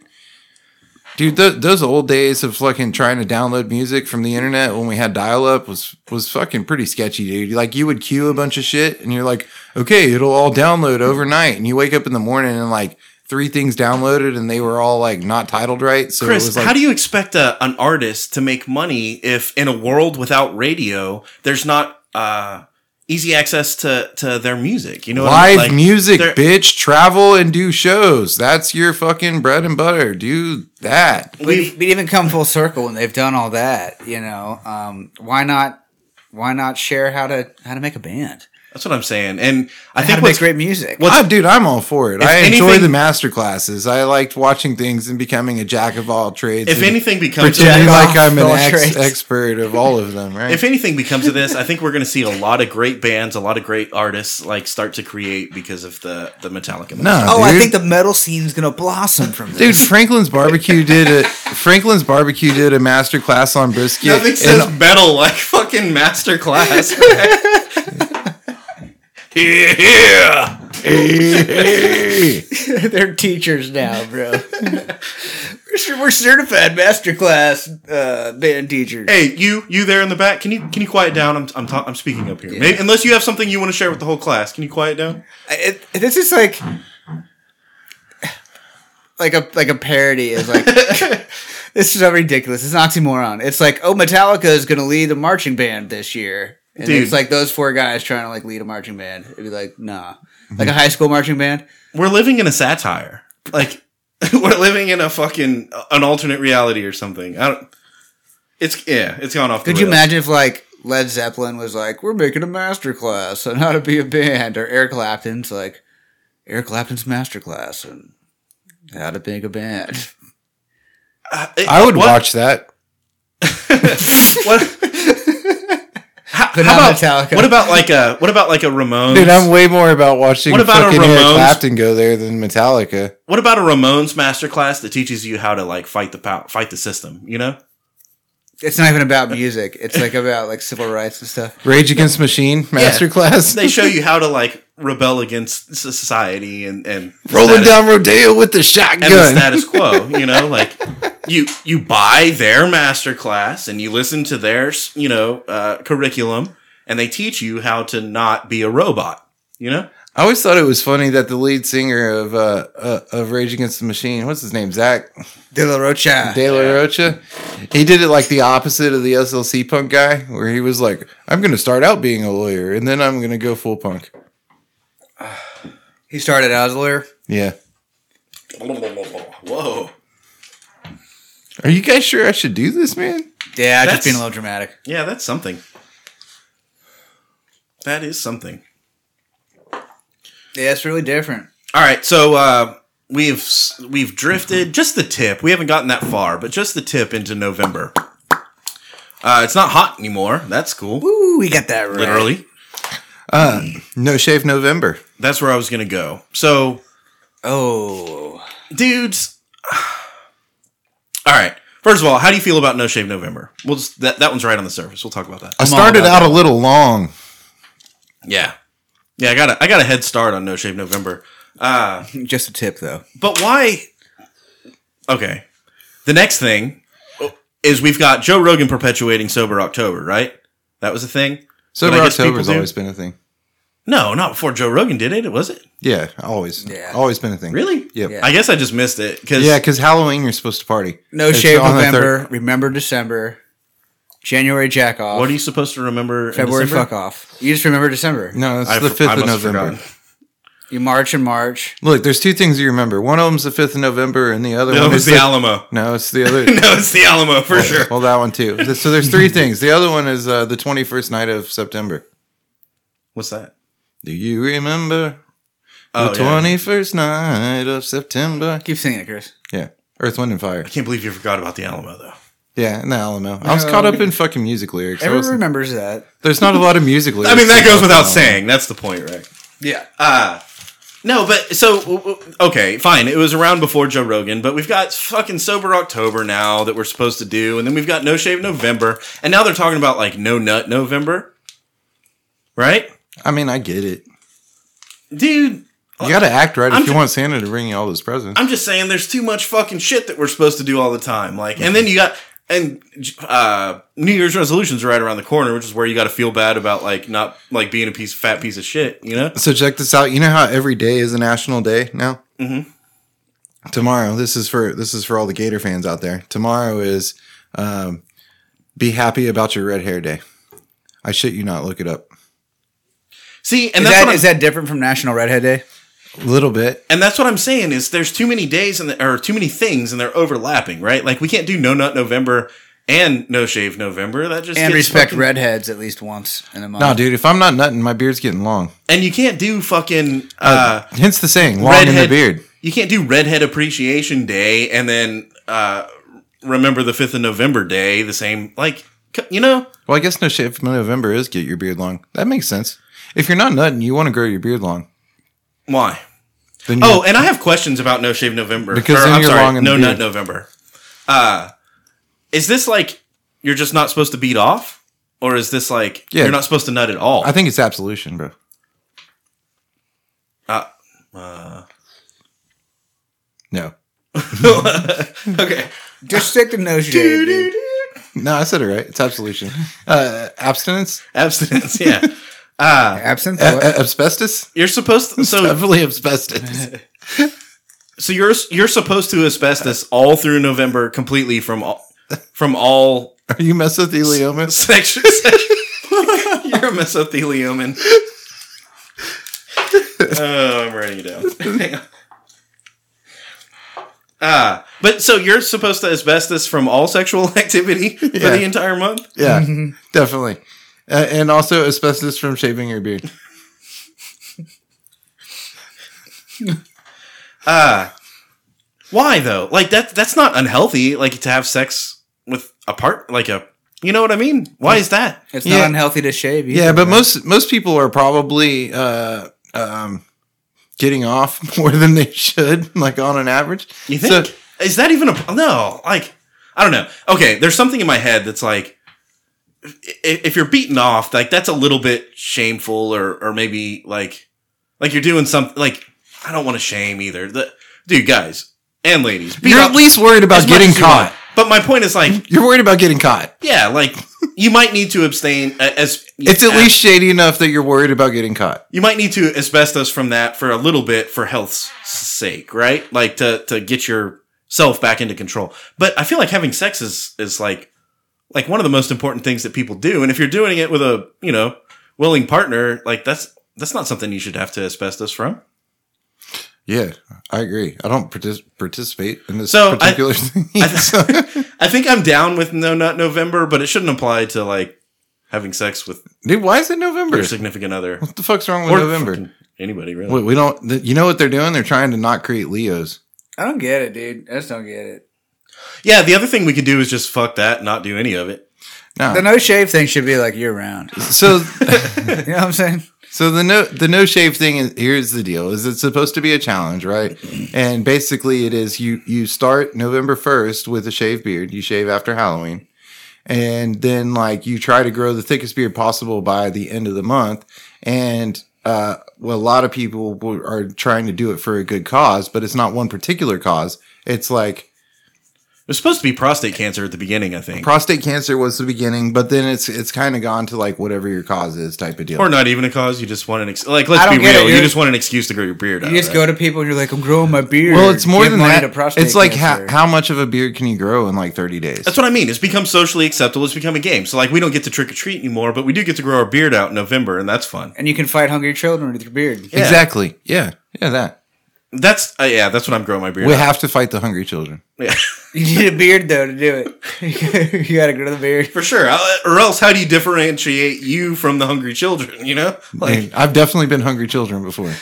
Dude, th- those old days of fucking trying to download music from the internet when we had dial up was was fucking pretty sketchy, dude. Like you would queue a bunch of shit and you're like, okay, it'll all download overnight. And you wake up in the morning and like three things downloaded and they were all like not titled right. So it
Chris,
was like
how do you expect a, an artist to make money if in a world without radio, there's not uh, easy access to, to their music? You know, what I mean?
Live
Like,
music,
they're-
bitch. Travel and do shows. That's your fucking bread and butter. Do that.
But
We've-
but even come full circle when they've done all that, you know. Um, why not? Why not share how to how to make a band?
That's what I'm saying, and I
How
think
to make
what's
great music.
What's-
I, Ah, dude, I'm all for it. I enjoy
anything-
the master classes. I liked watching things and becoming a jack of all trades.
if
and
anything becomes of
pretending
this-
Jack
like
off
I'm an
all
ex-
trades.
expert of all of them, right?
if anything becomes of this, I think we're going to see a lot of great bands, a lot of great artists like start to create because of the the Metallica.
no,
oh, I
dude.
think the metal scene's gonna blossom from
Dude,
this.
Franklin's barbecue did a Franklin's barbecue did a master class on brisket.
nothing
and
says metal like fucking masterclass. yeah.
They're teachers now, bro. We're cer- We're certified masterclass uh, band teachers.
Hey, you you there in the back? Can you can you quiet down? I'm I'm, ta- I'm speaking up here. Maybe, unless you have something you want to share with the whole class, can you quiet down?
I- it- this is like like a like a parody is like this is so ridiculous. It's an oxymoron. It's like oh Metallica is going to lead a marching band this year, and
Dude.
it's like those four guys trying to like lead a marching band. It'd be like nah, like a high school marching band.
We're living in a satire. Like we're living in a fucking an alternate reality or something. I don't. It's yeah. It's gone off.
Could
the
you
rails.
imagine if like Led Zeppelin was like we're making a masterclass on how to be a band, or Eric Clapton's like Eric Clapton's masterclass on how to make a band.
Uh, it-
I would
what-
watch that.
What? How,
But
how
not
about
Metallica.
what about like a what about like a Ramones?
Dude, I'm way more about watching
What about a
fucking Eric
Ramones?
Clapton go there than Metallica.
what about a Ramones masterclass that teaches you how to like fight the power, fight the system? You know,
It's not even about music. It's like about like civil rights and stuff.
Rage Against Machine masterclass.
they show you how to like rebel against society and and
Rolling
status-
down Rodeo with the
and the
shotgun.
status quo. You know, like you you buy their master class and you listen to their you know uh, curriculum, and they teach you how to not be a robot. You know,
I always thought it was funny that the lead singer of uh, uh of Rage Against the Machine, what's his name, Zach
De La Rocha.
De La Rocha, he did it like the opposite of the SLC punk guy, where he was like, "I'm going to start out being a lawyer, and then I'm going to go full punk."
he started out as a lawyer.
Yeah.
whoa.
Are you guys sure I should do this, man?
Yeah,
That's-
just being a little dramatic.
Yeah, that's something. That is something.
Yeah, it's really different.
All right, so uh, we've s- we've drifted just the tip. We haven't gotten that far, but just the tip into November. Uh, it's not hot anymore. That's cool.
Ooh, we got that right.
Literally,
No Shave November.
that's where I was gonna go. So,
Oh,
dudes, all right. First of all, how do you feel about No Shave November? We'll just that that one's right on the surface. We'll talk about that.
I
I'm all
started
about
out a little long.
Yeah, yeah. I got a, I got a head start on No Shave November. Uh,
just a tip though.
But why? Okay. The next thing is we've got Joe Rogan perpetuating Sober October, right? That was a thing?
Sober
But I guess
October's
people do.
always been a thing.
No, not before Joe Rogan did it, was it?
Yeah, always.
Yeah.
Always been a thing.
Really?
Yep.
Yeah.
Yeah.
I guess I just missed it. Cause,
because Halloween you're supposed to party.
No
It's
shave
on the
November.
third-
Remember December. January jack off.
what are you supposed to remember? in
February
December?
fuck off. You just remember December.
No, it's
I
the
f-
fifth
I
of
must have
November.
forgotten.
You march in March.
Look, there's two things you remember. One of them's the fifth of November, and the other
No,
one
it
is
was the Alamo.
No, it's the other.
No, it's the Alamo for sure.
Well, that one too. Th- So there's three things. The other one is uh, the 21st night of September.
What's that?
Do you remember
Oh,
the
yeah.
21st night of September?
Keep singing it, Chris.
Yeah, Earth, Wind, and Fire.
I can't believe you forgot about the Alamo, though.
Yeah, in the Alamo. I was
No.
caught up in fucking music lyrics. I
Everyone
wasn't-
remembers that.
there's not a lot of music lyrics.
I mean, that
about
goes
the
without
Alamo.
saying. That's the point, right?
Yeah.
Ah. No, but so w- w- okay, fine. It was around before Joe Rogan, but we've got fucking sober October now that we're supposed to do, and then we've got no shave November, and now they're talking about like no nut November, right,
I mean, I get it.
dude?
You got to act right
I'm
if you
ju-
want Santa to bring you all those presents.
I'm just saying, there's too much fucking shit that we're supposed to do all the time, like, and then you got and uh, New Year's resolutions are right around the corner, which is where you got to feel bad about like not like being a piece fat piece of shit, you know?
So check this out. You know how every day is a national day now. Mm-hmm. Tomorrow, this is for this is for all the Gator fans out there. Tomorrow is um, be happy about your red hair day. I shit you not. Look it up
See, and
Is
that's
that,
what I'm-
is that different from National Redhead Day?
a little bit.
And that's what I'm saying is there's too many days and or too many things and they're overlapping, right? Like we can't do no nut November and no shave November. That just
And
gets
respect
fucking-
redheads at least once in a month.
No, dude. If I'm not nutting, my beard's getting long.
And you can't do fucking uh,
Hence the saying, long in the
redhead
beard.
You can't do redhead appreciation day and then uh, remember the fifth of November day. The same, like c- you know,
Well, I guess no shit. From November is get your beard long. That makes sense. If you're not nutting, you want to grow your beard long.
why?
Then you,
Oh, and I have questions about No Shave November.
Because
Or,
then
I'm
you're
sorry,
wrong in the
No Nut
beard.
November. Uh, is this like you're just not supposed to beat off? Or is this like
Yeah.
you're not supposed to nut at all?
I think it's absolution, bro.
Uh,
No,
okay.
Just stick to no shave. dude.
no, I said it right. It's absolution. Uh, abstinence,
Abstinence, yeah.
Absinthe?
A-
what?
a- asbestos.
You're supposed to, so
Heavily asbestos.
so you're you're supposed to asbestos all through November completely from all from all
Are you mesothelioma?
sections. you're a mesothelioman. Oh, I'm writing it down. Hang on. Ah, but so you're supposed to asbestos from all sexual activity for
Yeah.
the entire month?
Yeah, definitely. Uh, and also asbestos from shaving your beard.
Ah. Why though? Like that that's not unhealthy, like to have sex with a part like a you know what I mean? Why is that?
it's
yeah.
not unhealthy to shave. Either.
Yeah, but most most people are probably uh, um, getting off more than they should, like on an average.
You think?
So,
is that even a no, like I don't know. Okay, there's something in my head that's like i- if you're beaten off, like that's a little bit shameful or or maybe like like you're doing something like I don't want to shame either. The, dude, guys and ladies, beat
you're
up
at least worried
as
about
much
getting
as you want.
caught.
But my point is like,
You're worried about getting caught.
yeah, like you might need to abstain uh, as
It's at
as-
least shady enough that you're worried about getting caught.
you might need to asbestos from that for a little bit for health's sake, right? Like to to get yourself back into control. But I feel like having sex is is like like one of the most important things that people do. And if you're doing it with a you know willing partner, like that's that's not something you should have to asbestos from.
Yeah, I agree. I don't partic- participate in this
So, I-
particular thing. So-
I think I'm down with no nut November, but it shouldn't apply to like having sex with
dude, why is it November?
your
What
significant other
the fuck's wrong with
or
November?
fucking anybody really.
Wait, we don't. th- You know what they're doing? They're trying to not create Leos.
I don't get it, dude. I just don't get it.
Yeah, the other thing we could do is just fuck that, not do any of it.
No.
The no shave thing should be like year round.
So
You know what I'm saying?
So the no the no shave thing is here's the deal is it's supposed to be a challenge, right? And basically it is you you start November 1st with a shaved beard, you shave after Halloween. And then like you try to grow the thickest beard possible by the end of the month and uh, well, a lot of people w- are trying to do it for a good cause, but it's not one particular cause. It's like
was supposed to be prostate cancer at the beginning, I think,
prostate cancer was the beginning, but then it's it's kind of gone to like whatever your cause is type of deal.
or not even a cause. You just want an ex- like.
I
Let's
don't
be
get it.
real. You
You're-
just want an excuse to grow your beard out.
You just
right?
go to people and you're like, I'm growing my beard.
Well, it's more
Give
than
money
that.
to prostate
It's like how,
cancer.
how much of a beard can you grow in like 30 days?
That's what I mean. It's become socially acceptable. It's become a game. So like, we don't get to trick or treat anymore, but we do get to grow our beard out in November, and that's fun.
and you can fight hungry children with your beard.
Yeah.
Exactly. Yeah. Yeah, that.
That's uh, yeah. That's when I'm growing my beard.
We
out.
have to fight the hungry children.
Yeah.
You need a beard though to do it. you gotta grow the beard.
For sure, I- or else how do you differentiate you from the hungry children? You know, like,
And I've definitely been hungry children before.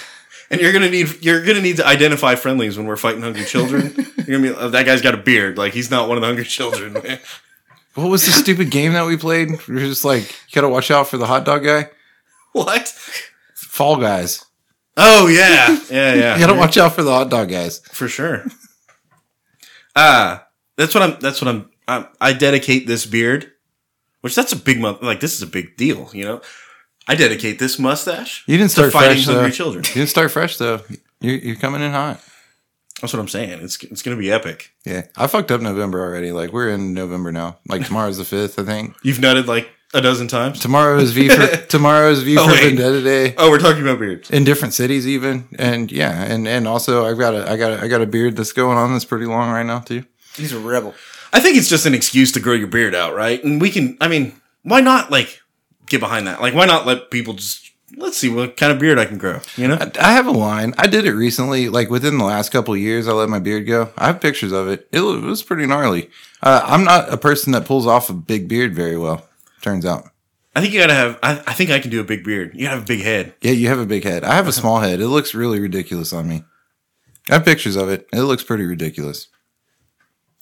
and you're gonna need you're gonna need to identify friendlies when we're fighting hungry children. you're gonna be oh, that guy's got a beard, like he's not one of the hungry children. man."
What was the stupid game that we played? We were just like, you gotta watch out for the hot dog guy.
what?
Fall guys.
Oh yeah, yeah, yeah.
You gotta watch out for the hot dog guys.
for sure. Ah, that's what I'm. That's what I'm, I'm. I dedicate this beard, which that's a big month. Like this is a big deal, you know. I dedicate this mustache.
You didn't
to
start
fighting
fresh
hungry
though.
children.
You didn't start fresh though. You're, you're coming in hot.
That's what I'm saying. It's it's gonna be epic.
Yeah, I fucked up November already. Like we're in November now. Like tomorrow's the fifth, I think.
You've nutted like a dozen times.
Tomorrow is V for tomorrow is V
Oh,
for
wait.
Vendetta Day.
Oh, we're talking about beards.
in different cities even and yeah and and also i've got a i got a, i got a beard that's going on that's pretty long right now too
He's a rebel.
I think it's just an excuse to grow your beard out, right? And we can. I mean, why not like get behind that? Like, why not let people just let's see what kind of beard I can grow? You know.
i, I have a line i did it recently like within the last couple of years i let my beard go i have pictures of it it, lo- it was pretty gnarly uh, i'm not a person that pulls off a big beard very well turns out
I think you gotta have. I, I think I can do a big beard. You gotta have a big head.
yeah you have a big head i have a small head it looks really ridiculous on me i have pictures of it it looks pretty ridiculous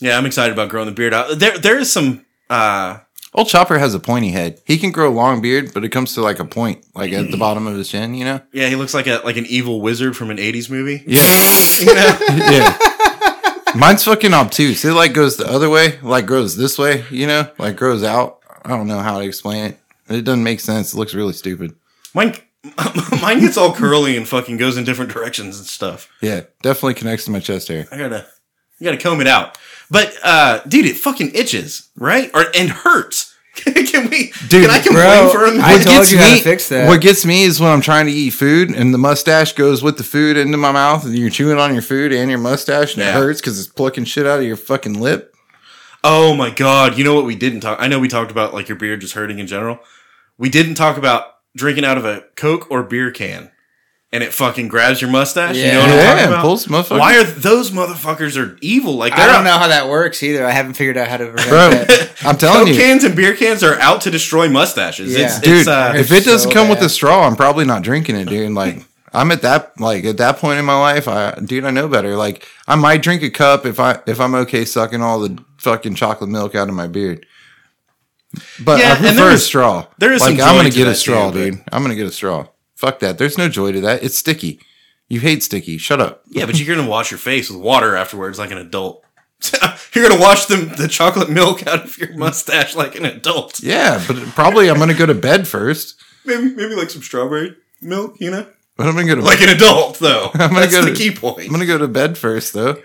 Yeah, I'm excited about growing the beard out. There, there is some. Uh,
old chopper has a pointy head he can grow a long beard but it comes to like a point like at the bottom of his chin you know
yeah, he looks like a like an evil wizard from an '80s movie.
Yeah. yeah. Mine's fucking obtuse. It like goes the other way, like grows this way, you know, like grows out. I don't know how to explain it. It doesn't make sense. It looks really stupid.
Mine, mine gets all curly and fucking goes in different directions and stuff.
Yeah. Definitely connects to my chest hair.
I gotta, you gotta comb it out. But uh, dude, it fucking itches, right? Or and hurts. can we?
Dude,
can I complain
bro,
for a minute?
I told you how to fix that.
What gets me is when I'm trying to eat food and the mustache goes with the food into my mouth and you're chewing on your food and your mustache and
Yeah.
it hurts because it's plucking shit out of your fucking lip.
Oh my god! You know what we didn't talk? I know we talked about like your beard just hurting in general. We didn't talk about drinking out of a Coke or beer can, and it fucking grabs your mustache. You know what I'm talking
yeah.
about?
Pulls motherfucker.
Why are those motherfuckers are evil? Like
I
they're
don't
out-
know how that works either. I haven't figured out how to prevent
Bro,
that.
I'm
Coke
telling you.
cans and beer cans are out to destroy mustaches.
Yeah.
It's,
dude.
it's, uh,
if it doesn't
so
come with
bad.
a straw, I'm probably not drinking it, dude. Like I'm at that like at that point in my life, I dude, I know better. Like I might drink a cup if I if I'm okay sucking all the fucking chocolate milk out of my beard. But
Yeah,
I
and
prefer
there
a
is-
straw.
there is
like
some
I'm
joy
gonna
to
get a
that
straw,
too, but-
dude. I'm gonna get a straw. Fuck that. There's no joy to that. It's sticky. You hate sticky. Shut up.
yeah, but you're gonna wash your face with water afterwards, like an adult. you're gonna wash them the chocolate milk out of your mustache like an adult.
Yeah, but probably I'm gonna go to bed first.
Maybe maybe like some strawberry milk, you know,
But I'm gonna go to
like an adult though.
I'm gonna
That's
go
the
to-
key point.
I'm gonna go to bed first though.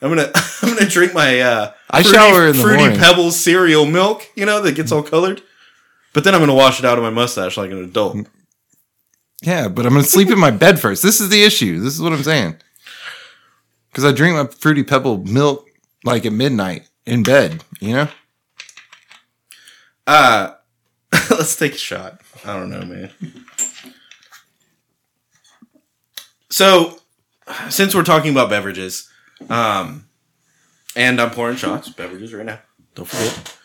I'm gonna I'm gonna drink my uh,
I shower in the
fruity
morning.
pebbles cereal milk, you know, that gets all colored. But then I'm gonna wash it out of my mustache like an adult.
Yeah, but I'm gonna sleep in my bed first. This is the issue. This is what I'm saying. Because I drink my fruity pebble milk like at midnight in bed. You know,
Uh let's take a shot. I don't know, man. So, since we're talking about beverages, um, and I'm pouring shots, beverages right now. Don't forget.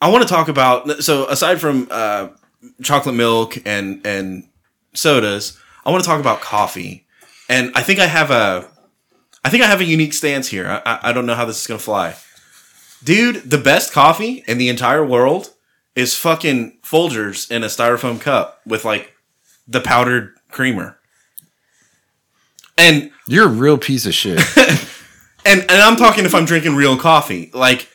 I want to talk about so aside from uh, chocolate milk and and sodas, I want to talk about coffee, and I think I have a, I think I have a unique stance here. I- I, I don't know how this is gonna fly. Dude, the best coffee in the entire world is fucking Folgers in a styrofoam cup with like the powdered creamer. And
You're a real piece of shit.
and and I'm talking if I'm drinking real coffee. Like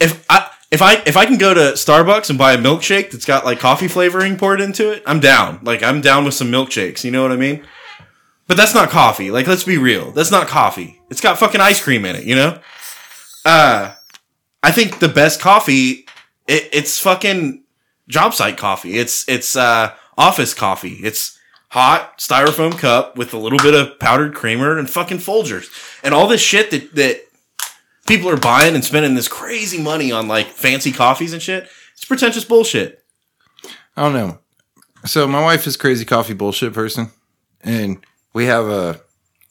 if I if I if I can go to Starbucks and buy a milkshake that's got like coffee flavoring poured into it, I'm down. Like I'm down with some milkshakes, you know what I mean? But that's not coffee. Like let's be real. That's not coffee. It's got fucking ice cream in it, you know? Uh I think the best coffee it, it's fucking job site coffee. It's it's uh office coffee. It's hot styrofoam cup with a little bit of powdered creamer and fucking Folgers and all this shit that that people are buying and spending this crazy money on like fancy coffees and shit. It's pretentious bullshit.
I don't know. So my wife is crazy coffee bullshit person, and we have a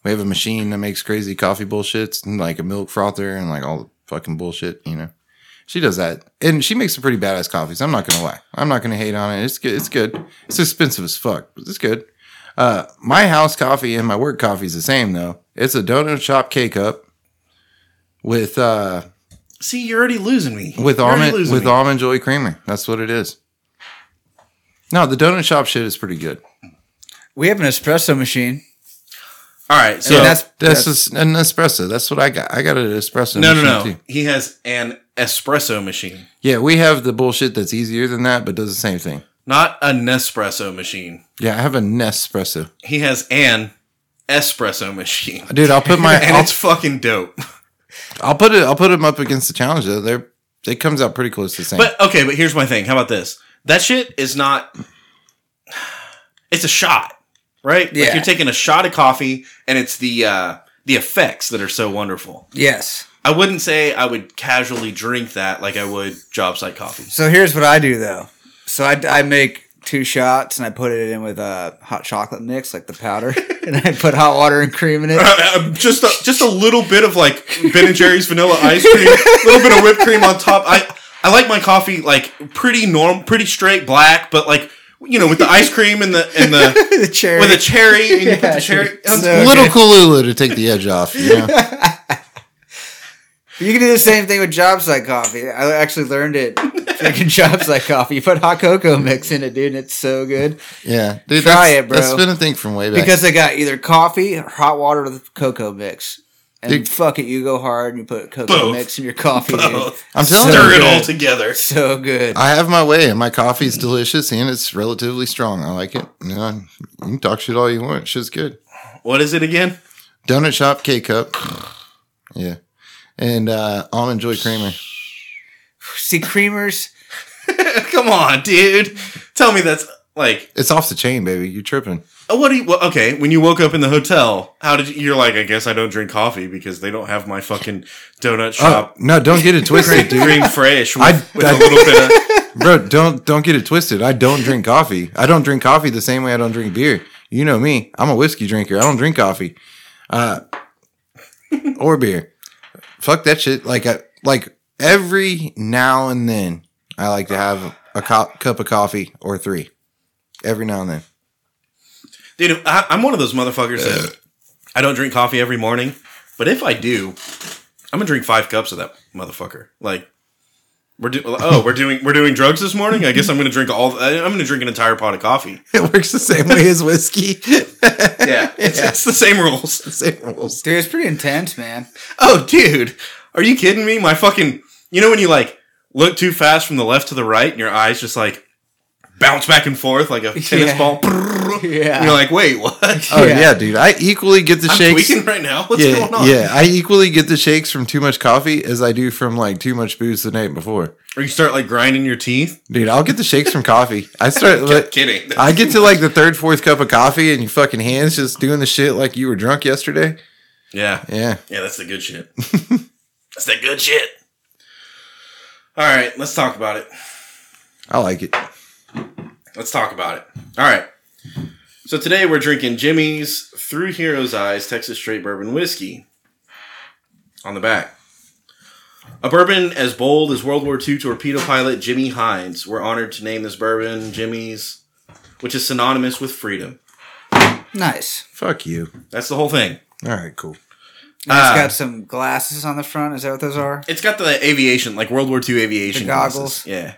we have a machine that makes crazy coffee bullshits and like a milk frother and like all the fucking bullshit. You know, she does that, and she makes some pretty badass coffees. I'm not gonna lie. I'm not gonna hate on it. It's good. It's good. It's expensive as fuck, but it's good. Uh, my house coffee and my work coffee is the same though. It's a donut shop K cup with uh
See, you're already losing me
with
You're already
almond
losing
with
me.
almond joy creamer. That's what it is. No, the donut shop shit is pretty good.
We have an espresso machine.
All right, so
So that's
This
that's,
is an espresso. That's what I got. I got an espresso.
no, no,
machine,
no.
too.
He has an espresso machine,
Yeah, we have the bullshit that's easier than that, but does the same thing.
not a Nespresso machine.
Yeah, I have a Nespresso,
He has an espresso machine,
dude. I'll put my.
and
I'll,
it's fucking dope.
I'll put it. I'll put them up against the challenge. Though they're it comes out pretty close to the same.
But okay, but here's my thing. How about this? That shit is not. It's a shot, right? Like
Yeah.
you're taking a shot of coffee, and it's the uh, the effects that are so wonderful.
yes.
I wouldn't say I would casually drink that like I would job site coffee.
So here's what I do though. So I, I make two shots and I put it in with a hot chocolate mix, like the powder, and I put hot water and cream in it.
Um, just a, just a little bit of like Ben and Jerry's vanilla ice cream, a little bit of whipped cream on top. I I like my coffee like pretty norm, pretty straight black, but like you know with the ice cream and the and the
the cherry.
with a cherry and you put the
Yeah,
cherry.
it's so
Little
good.
Kalula to take the edge off. You know?
You can do the same thing with job site coffee. I actually learned it drinking job site coffee. You put hot cocoa mix in it, dude, and it's so good
Yeah, dude.
Try
that's,
it, bro.
That's been a thing from way back.
because they got either coffee or hot water with cocoa mix. And
Dude.
fuck it, you go hard and you put cocoa
Both.
mix in your coffee. Dude.
Both.
I'm telling
Oh, Stir
you,
it all together.
So good.
I have my way, and my coffee's delicious, and it's relatively strong. I like it. You, know, you can talk shit all you want. Shit's good.
What is it again?
Donut shop K cup. Yeah, and uh, almond joy creamer.
See, creamers.
Come on, dude. Tell me that's like
It's off the chain, baby. You're tripping.
Oh, What do you? Well, okay, when you woke up in the hotel, how did you, you're like? I guess I don't drink coffee because they don't have my fucking donut
Oh,
shop
no, don't get it twisted, dude.
green fresh with,
I-
with
I-
a little bit of.
Bro, don't don't get it twisted. I don't drink coffee. I don't drink coffee the same way I don't drink beer. You know me. I'm a whiskey drinker. I don't drink coffee. Uh or beer. Fuck that shit. Like I like every now and then I like to have a co- cup of coffee or three. Every now and then.
Dude, I, I'm one of those motherfuckers that I don't drink coffee every morning, but if I do, I'm gonna drink five cups of that motherfucker. Like we're do, oh we're doing we're doing drugs this morning. I guess I'm gonna drink all. I'm gonna drink an entire pot of coffee.
It works the same way as whiskey.
Yeah, it's, it's the same rules.
same rules.
Dude, it's pretty intense, man.
Oh, dude, are you kidding me? My fucking, you know when you like look too fast from the left to the right, and your eyes just like bounce back and forth like a tennis
Yeah.
ball.
Yeah.
And you're like, wait, what?
Oh yeah.
Yeah.
dude. I equally get the
I'm
shakes.
tweaking right now. What's
yeah,
going on?
yeah. I equally get the shakes from too much coffee as I do from like too much booze the night before.
Or you start like grinding your teeth.
Dude, I'll get the shakes from coffee. I start like,
Kidding.
I get to like the third, fourth cup of coffee, and your fucking hands just doing the shit like you were drunk yesterday.
yeah,
Yeah,
yeah, that's the good shit. that's the good shit. All right, let's talk about it.
I like it.
Let's talk about it. All right. So today we're drinking Jimmy's Through Heroes Eyes Texas Straight Bourbon Whiskey. On the back. A bourbon as bold as World War II torpedo pilot Jimmy Hines. We're honored to name this bourbon Jimmy's, which is synonymous with freedom.
Nice.
Fuck you.
That's the whole thing.
All right, cool.
And
Ah.
it's got some glasses on the front. Is that what those are?
It's got the aviation, like World War II aviation
The goggles.
Yeah.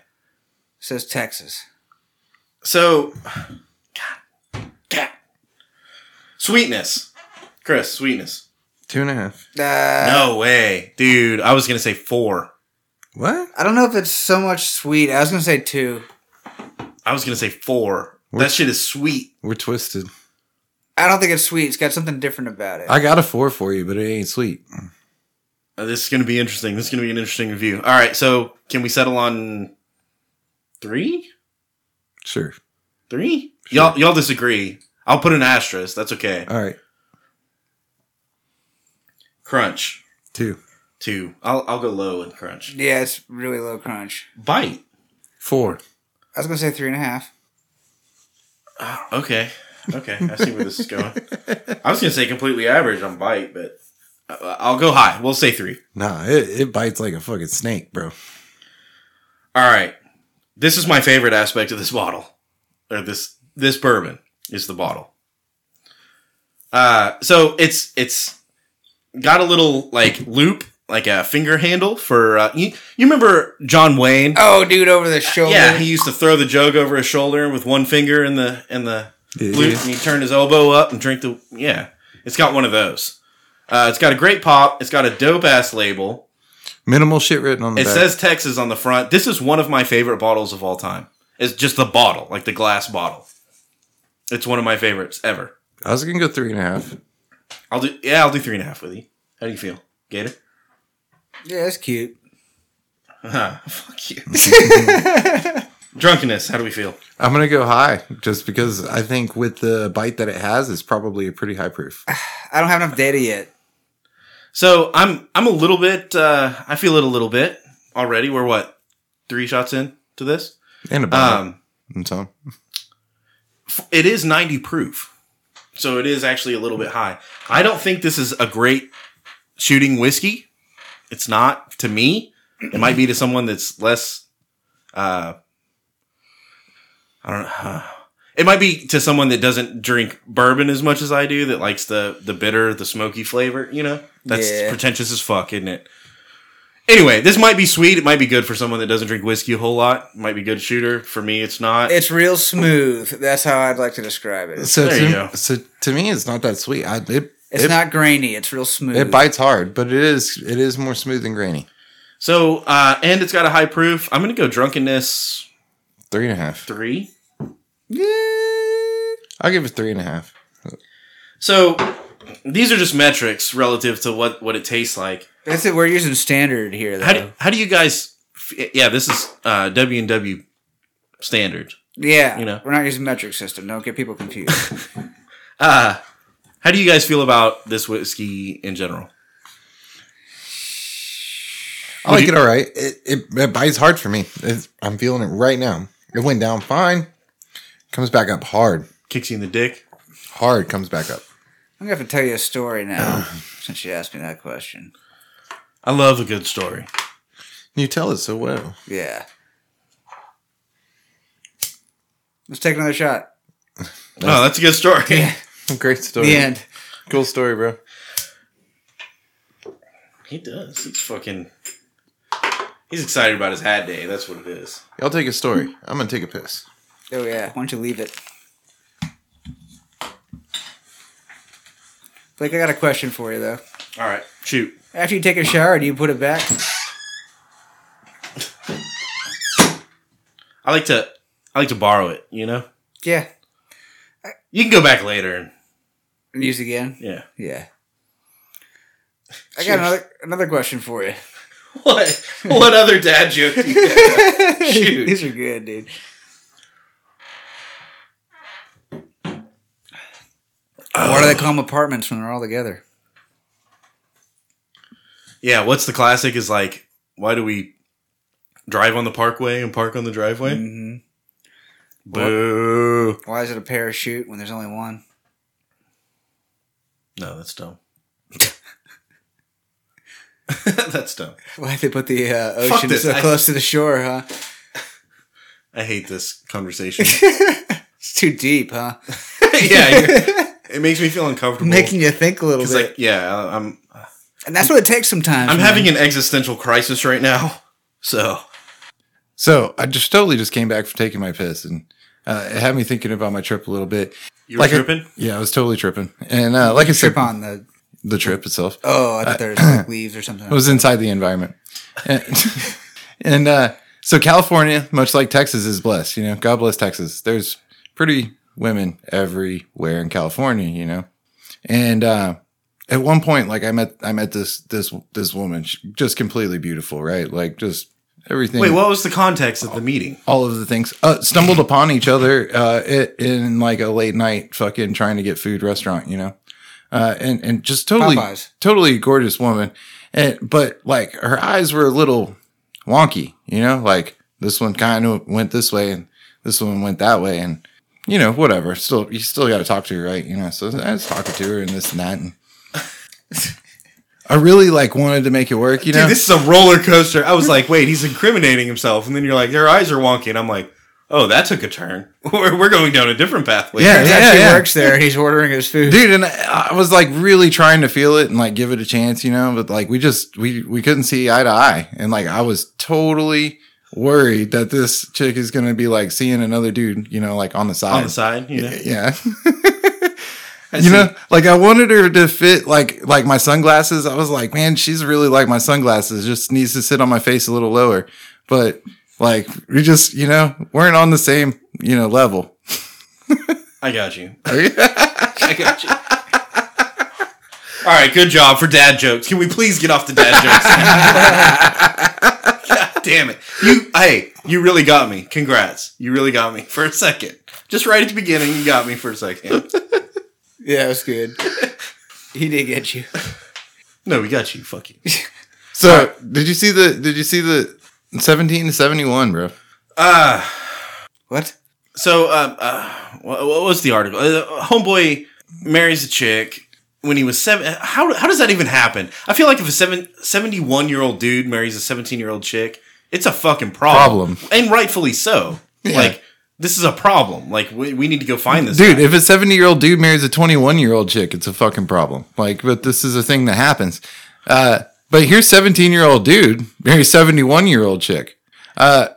says Texas.
So, God, Sweetness. Chris, sweetness.
Two and a half.
Uh,
No way. Dude, I was going to say four.
What?
I don't know if it's so much sweet. I was gonna say two.
I was going to say four.
We're-
That shit is sweet.
We're twisted.
I don't think it's sweet. It's got something different about it.
I got a four for you, but it ain't sweet.
Uh, This is going to be interesting. This is going to be an interesting review. All right, so can we settle on three?
Sure.
Three? Y'all, y'all disagree. I'll put an asterisk. That's okay.
All right.
Crunch.
Two.
Two. I'll, I'll go low with crunch.
yeah, it's really low crunch.
Bite.
Four.
I was gonna say three and a half.
Ah, Okay. Okay. I see where this is going. I was going to say completely average on bite, but I- I'll go high. We'll say three.
Nah, it, it bites like a fucking snake, bro.
All right. This is my favorite aspect of this bottle, or this this bourbon is the bottle. Uh, so it's it's got a little like loop, like a finger handle for uh, you. You remember John Wayne?
Oh, dude, over the shoulder.
yeah, he used to throw the jug over his shoulder with one finger in the in the
Yeah,
loop,
yeah.
and he turned his elbow up and drank the. Yeah, it's got one of those. Uh, it's got a great pop. It's got a dope ass label.
Minimal shit written on the
It
back.
says Texas on the front. This is one of my favorite bottles of all time. It's just the bottle, like the glass bottle. It's one of my favorites ever.
I was gonna go three and a half.
I'll do yeah, I'll do three and a half with you. How do you feel? Gator?
yeah, that's cute.
Fuck you. Drunkenness, how do we feel?
I'm gonna go high just because I think with the bite that it has, it's probably a pretty high proof.
I don't have enough data yet.
So I'm I'm a little bit uh I feel it a little bit already. We're what? Three shots in to this?
And a bite.
Um
and so
it is 90 proof. So it is actually a little bit high. I don't think this is a great shooting whiskey. It's not to me. It might be to someone that's less uh I don't know. it might be to someone that doesn't drink bourbon as much as I do that likes the the bitter, the smoky flavor, you know? That's
Yeah.
pretentious as fuck, isn't it? Anyway, this might be sweet. It might be good for someone that doesn't drink whiskey a whole lot. It might be good shooter. For me, it's not.
It's real smooth. That's how I'd like to describe it. It's,
So
There
to,
you go.
so to me, it's not that sweet. I, it it,
not grainy. It's real smooth.
it bites hard, but it is it is more smooth than grainy.
So, uh, and it's got a high proof. I'm going to go drunkenness
Three and a half.
three.
I'll give it three and a half.
So, these are just metrics relative to what, what it tastes like.
That's it. We're using standard here, though.
How do, how do you guys? f- Yeah, this is uh, W and W standard.
yeah,
you know.
we're not using metric system. Don't get people confused.
Uh, how do you guys feel about this whiskey in general?
I like it all right. It, it it bites hard for me. It's, I'm feeling it right now. It went down fine. Comes back up hard.
Kicks you in the dick.
Hard comes back up.
I'm gonna have to tell you a story now, since you asked me that question.
I love a good story.
You tell it so well.
Yeah. Let's take another shot.
Oh, that's a good story.
Great story.
The end.
Cool story, bro.
He does. He's fucking. He's excited about his hat day. That's what it is.
Y'all take a story. I'm gonna take a piss.
Oh yeah. Why don't you leave it? Blake, I got a question for you though.
All right, shoot.
After you take a shower, do you put it back?
I like to I like to borrow it, you know?
Yeah.
You can go back later and
And use it again?
yeah.
Yeah. I got another another question for you.
What what other dad joke do you have? Shoot.
These are good, dude. Why do they call them apartments when they're all together?
Yeah, what's the classic is like why do we drive on the parkway and park on the driveway?
Mhm.
Boo.
Why is it a parachute when there's only one?
No, that's dumb. that's dumb.
Why did they put the uh,
Fuck
ocean
this,
so
I-
close to the shore, huh?
I hate this conversation.
It's too deep, huh?
yeah, you're- it makes me feel uncomfortable.
Making you think a little
'Cause,
bit.
like yeah, I- I'm
and that's what it takes sometimes.
I'm
man.
having an existential crisis right now. So,
So I just totally just came back from taking my piss, and uh, it had me thinking about my trip a little bit.
You were
Like a-
tripping?
Yeah, I was totally tripping. And uh, like I said,
Trip on the
the trip itself.
oh, I thought there was
Uh,
like leaves or something.
It was inside the environment. And, and, uh, so California, much like Texas, is blessed. You know, God bless Texas. There's pretty women everywhere in California. You know, and uh, at one point, like I met, I met this this this woman, she, just completely beautiful, right? Like just everything.
Wait, what was the context of the meeting?
all of the things uh, stumbled upon each other uh, i- in like a late night fucking trying to get food restaurant, you know, uh, and and just totally
Popeyes.
totally gorgeous woman, and but like her eyes were a little wonky, you know, like this one kind of went this way and this one went that way, and you know whatever. Still, you still got to talk to her, right? You know, so I was talking to her and this and that, and I really like wanted to make it work, you know.
Dude, this is a roller coaster. I was like, wait, he's incriminating himself. And then you're like, their eyes are wonky. And I'm like, oh, that took a turn. we're, we're going down a different pathway.
Yeah,
Turns out she works there. and He's ordering his food.
dude and i I was like really trying to feel it and like give it a chance you know but like we just we we couldn't see eye to eye and like i was totally worried that this chick is gonna be like seeing another dude you know like on the side
On the side, you know?
yeah you know like i wanted her to fit like like my sunglasses i was like man she's really like my sunglasses just needs to sit on my face a little lower but like we just you know weren't on the same you know level
I got you. I got you. All right, good job for dad jokes. Can we please get off the dad jokes? God damn it. You hey, you really got me. Congrats. You really got me for a second. Just right at the beginning, you got me for a second.
Yeah, it was good. he did get you.
No, we got you. Fuck you.
So did you see the did you see the seventeen to seventy one, bro?
Ah.
What?
So, um, uh, what, what was the article? Uh, homeboy marries a chick when he was seven. How, how does that even happen? I feel like if a seven, 71 year old dude marries a 17 year old chick, it's a fucking problem.
Problem.
And rightfully so. Like, this is a problem. Like, we, we need to go find this.
Dude,
guy.
if a seventy year old dude marries a twenty one year old chick, it's a fucking problem. Like, but this is a thing that happens. Uh, but here's seventeen year old dude marries seventy one year old chick. Uh,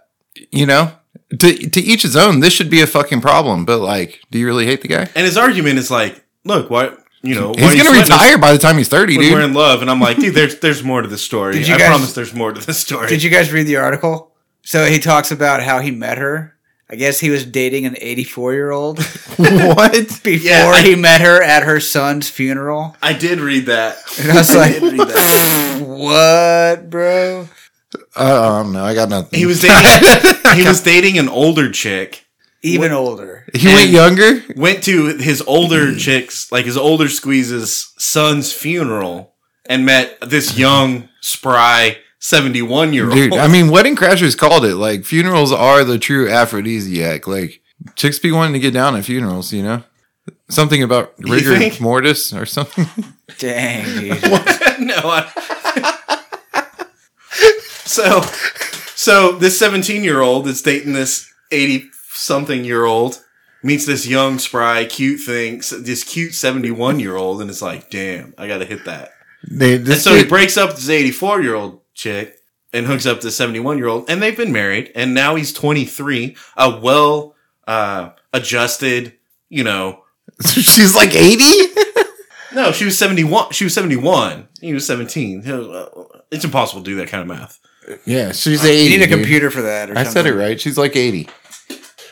you know, to to each his own. This should be a fucking problem. But like, do you really hate the guy?
And his argument is like, look, why, you know, why
He's
are you
gonna
sweating us
retire by the time he's thirty,
When we're
dude.
in love, and I'm like, dude, there's there's more to this story.
Did you
I
guys-
promise, there's more to this story.
Did you guys read the article? So he talks about how he met her. I guess he was dating an 84 year old
what?
before
Yeah, I-
he met her at her son's funeral.
I did read that.
And I was like,
did read
what, bro?
Uh, um, no, I got nothing.
He was dating. he was dating an older chick.
Even older.
He went
and-
younger.
went to his older chicks, like his older squeeze's son's funeral, and met this young, spry, seventy-one year old.
Dude, I mean, Wedding Crashers called it like funerals are the true aphrodisiac. Like chicks be wanting to get down at funerals, you know? Something about rigor
think?
mortis or something.
Dang, dude.
no. I- so, so this seventeen-year-old that's dating this eighty-something-year-old meets this young, spry, cute thing, s- this cute seventy-one-year-old, and it's like, damn, I got to hit that.
They,
And
this
so he
dude-
breaks up this 84 year old chick and hooks up this 71 year old, and they've been married, and now he's 23, a well uh, adjusted, you know.
she's like 80?
No, she was 71. She was 71. He was 17. It's impossible to do that kind of math.
yeah, she's 80.
You need a
dude.
computer for that or
I
something.
said it right. She's like 80.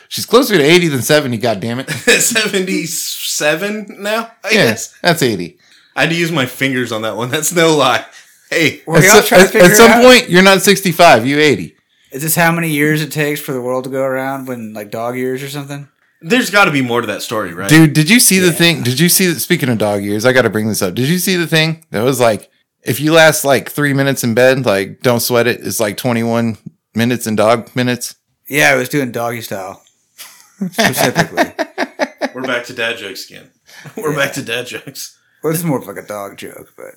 She's closer to 80 than 70, God damn it.
77 now, I
Yeah,
guess.
that's 80.
I had to use my fingers on that one. That's no lie. Hey,
Were y'all
at, so-
trying
at-
to
at
figure it
some
out?
point, you're not 65, you 80.
Is this how many years it takes for the world to go around when, like, dog years or something?
there's got to be more to that story, right?
Dude, did you see the thing? Did you see that? Speaking of dog years, I got to bring this up. Did you see the thing that was like, if you last like three minutes in bed, like don't sweat it. It's like 21 minutes in dog minutes.
Yeah, I was doing doggy style specifically.
We're back to dad jokes again. We're back to dad jokes.
well, this is more of like a dog joke, but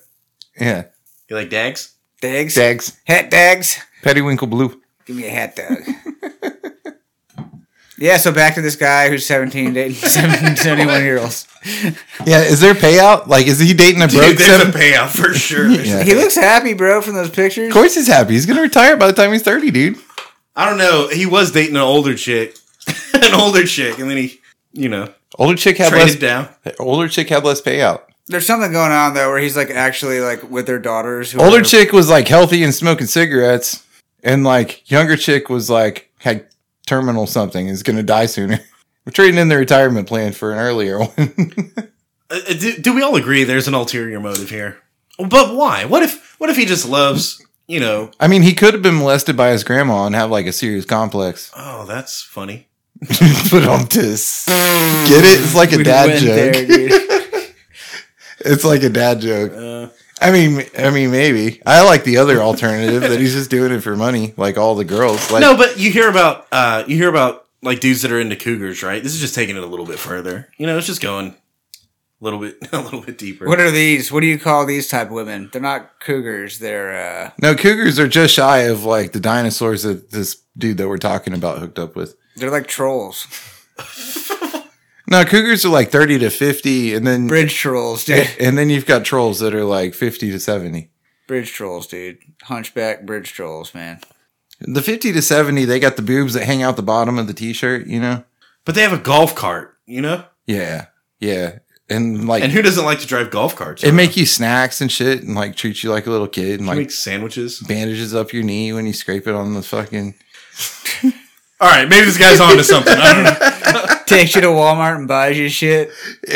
Yeah.
You like dags?
dags,
Dags.
hat dags.
Periwinkle blue.
Give me a hat dog. yeah, so back to this guy who's 17, dating 17, 71 year olds.
Yeah. Is there payout? Like, is he dating a broke
Dude, there's
seven?
a payout for sure.
Yeah.
He looks happy, bro, from those pictures.
of course he's happy. He's going to retire by the time he's 30, dude.
I don't know. He was dating an older chick, an older chick, and then he you know,
Older chick had less.
traded down.
Older chick had less payout.
There's something going on though where he's like actually like with their daughters. Who
Older
are-
chick was like healthy and smoking cigarettes, and like younger chick was like had terminal something and is going to die sooner. We're trading in the retirement plan for an earlier one.
Uh, uh, do, do we all agree there's an ulterior motive here? But why? What if what if he just loves, you know,
I mean, he could have been molested by his grandma and have like a serious complex.
oh, that's funny.
but I'm just get it. It's like a
We
dad
went
joke.
there, dude.
It's like a dad joke.
Uh,
I mean, I mean, maybe I like the other alternative that he's just doing it for money, like all the girls. Like,
no, but you hear about uh you hear about like dudes that are into cougars, right? This is just taking it a little bit further. You know, it's just going a little bit a little bit deeper.
what are these? What do you call these type of women? They're not cougars. They're uh,
no, cougars are just shy of like the dinosaurs that this dude that we're talking about hooked up with.
they're like trolls,
No, cougars are like thirty to fifty, and then
bridge trolls, dude.
and then you've got trolls that are like fifty to seventy.
Bridge trolls, dude. Hunchback bridge trolls, man.
The fifty to seventy, they got the boobs that hang out the bottom of the t-shirt. You know?
but they have a golf cart, you know?
Yeah, yeah, and like
And who doesn't like to drive golf carts?
it make you snacks and shit, and like treat you like a little kid, and
She
like
makes sandwiches.
bandages up your knee when you scrape it on the fucking.
All right, maybe this guy's on to something. I don't know.
Takes you to Walmart and buys you shit.
dude.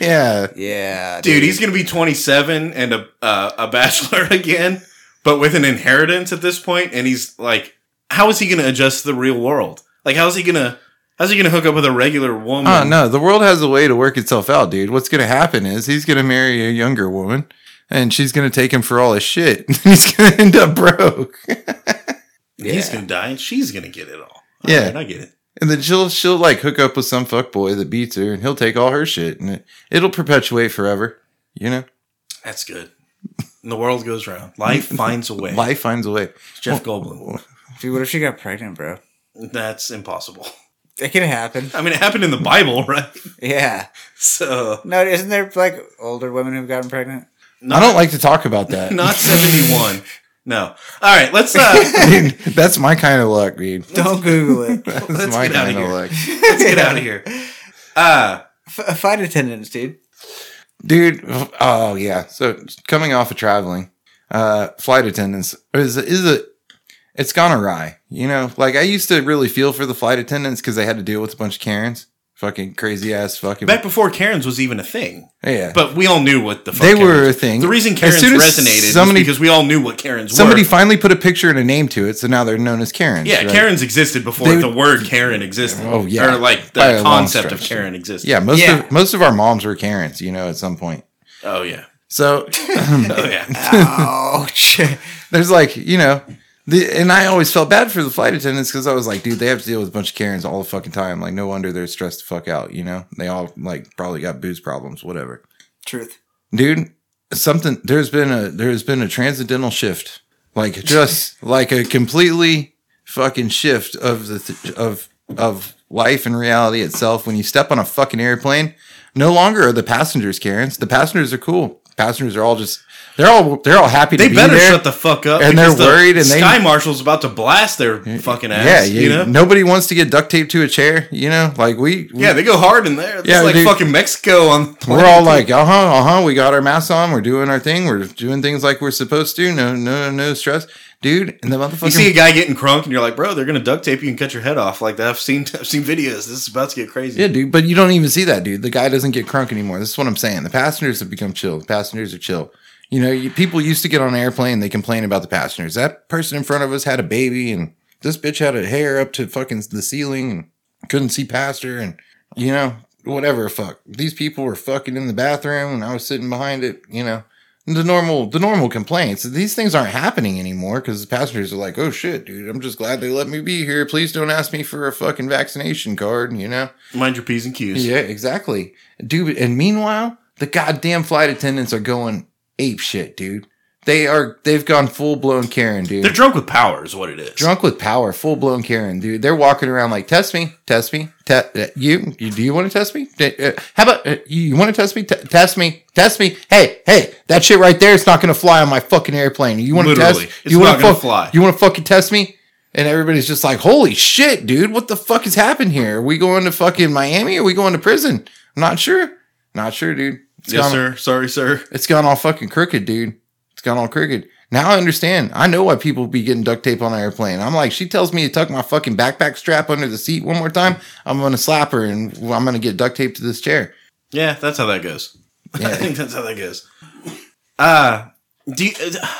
yeah.
Yeah,
Dude, he's going to be 27 and a uh, a bachelor again, but with an inheritance at this point and he's like how is he going to adjust to the real world? Like how is he going to how's he going to hook up with a regular woman?
Oh no, the world has a way to work itself out, dude. What's gonna happen is he's gonna marry a younger woman, and she's gonna take him for all his shit. he's gonna end up broke,
He's
Yeah.
going to die and she's going to get it all. all
Yeah.
right, I get it.
and then she'll she'll like hook up with some fuck boy that beats her, and he'll take all her shit, and it, it'll perpetuate forever. You know,
That's good. And the world goes round. Life finds a way.
life finds a way.
Jeff Goldblum.
dude. What if she got pregnant, bro?
That's impossible.
It could happen.
I mean, it happened in the Bible, right?
Yeah.
So
No, isn't there like older women who've gotten pregnant?
I don't like to talk about that.
not 71. No. All right, let's uh
Dude, that's my kind of luck, dude.
Don't Google it.
That's
Let's
my
get outta
kind of
here.
luck,
let's get out of here. Uh
F- flight attendants, dude.
dude. Oh yeah. So coming off of traveling, uh, flight attendants is is a it's gone awry. You know, like I used to really feel for the flight attendants because they had to deal with a bunch of Karens, fucking crazy ass fucking.
back before Karen's was even a thing.
yeah,
But we all knew what the fuck
they
Karens-
were a thing.
The reason
As
Karen's
soon as
resonated
somebody-
was because we all knew what Karen's
Somebody
were.
finally put a picture and a name to it, so now they're known as Karens.
Yeah,
right?
Karen's existed before
They-
the word Karen existed.
Oh, yeah.
Or like
By a
the
long
concept of
stretch.
Karen existed.
Yeah, most
Yeah.
of most of our moms were Karens. You know, at some point.
Oh yeah.
So
Oh yeah.
Ouch.
there's like you know the, and i always felt bad for the flight attendants because i was like dude they have to deal with a bunch of karens all the fucking time like no wonder they're stressed the fuck out you know they all like probably got booze problems whatever
Truth.
dude something there's been a there's been a transcendental shift like just like a completely fucking shift of the th- of of life and reality itself when you step on a fucking airplane no longer are the passengers karens the passengers are cool passengers are all just they're all they're all happy
They
to be
better
there.
shut the fuck up.
And
because
they're
the
worried and they-
Sky Marshal's about to blast their fucking ass.
Yeah,
you,
you,
know.
nobody wants to get duct taped to a chair. You know, like we, we
Yeah, they go hard in there. It's
Yeah,
like
dude.
fucking Mexico on. the
we're
plane.
all like, uh huh, uh huh. We got our masks on. We're doing our thing. We're doing things like we're supposed to. No, no, no stress, dude. And the
You see a
motherfucking
guy getting crunk, and you're like, "Bro, they're gonna duct tape you and cut your head off." Like that. I've seen, I've seen videos. This is about to get crazy.
yeah, dude. But you don't even see that, dude. The guy doesn't get crunk anymore. This is what I'm saying. The passengers have become chill. The passengers are chill. You know, you, people used to get on an airplane. They complain about the passengers. That person in front of us had a baby, and this bitch had a hair up to fucking the ceiling, and couldn't see past her, and you know, whatever. Fuck, these people were fucking in the bathroom, and I was sitting behind it. You know, the normal, the normal complaints. These things aren't happening anymore because the passengers are like, "Oh shit, dude, I'm just glad they let me be here. Please don't ask me for a fucking vaccination card." You know.
Mind your p's and q's.
Yeah, exactly, dude. And meanwhile, the goddamn flight attendants are going ape shit, dude. They are. They've gone full blown Karen, dude.
They're drunk with power, is what it is.
Drunk with power, full blown Karen, dude. They're walking around like, test me, test me, te- uh, you, you. Do you want to test me? T- uh, how about uh, you, want to test me? T- test me, test me. Hey, hey, that shit right there, it's not gonna fly on my fucking airplane. You want to test?
Literally. It's
you wanna
not gonna
fuck-
fly.
You want to fucking test me? And everybody's just like, holy shit, dude, what the fuck has happened here? Are we going to fucking Miami? Or are we going to prison? I'm not sure. Not sure, dude. It's
yes,
gone,
sir. Sorry, sir.
It's gone all fucking crooked, dude. It's gone all crooked. Now I understand. I know why people be getting duct tape on an airplane. I'm like, she tells me to tuck my fucking backpack strap under the seat one more time. I'm going to slap her and I'm going to get duct taped to this chair.
Yeah, that's how that goes. I
Yeah.
think that's how that goes. Uh, do you, uh,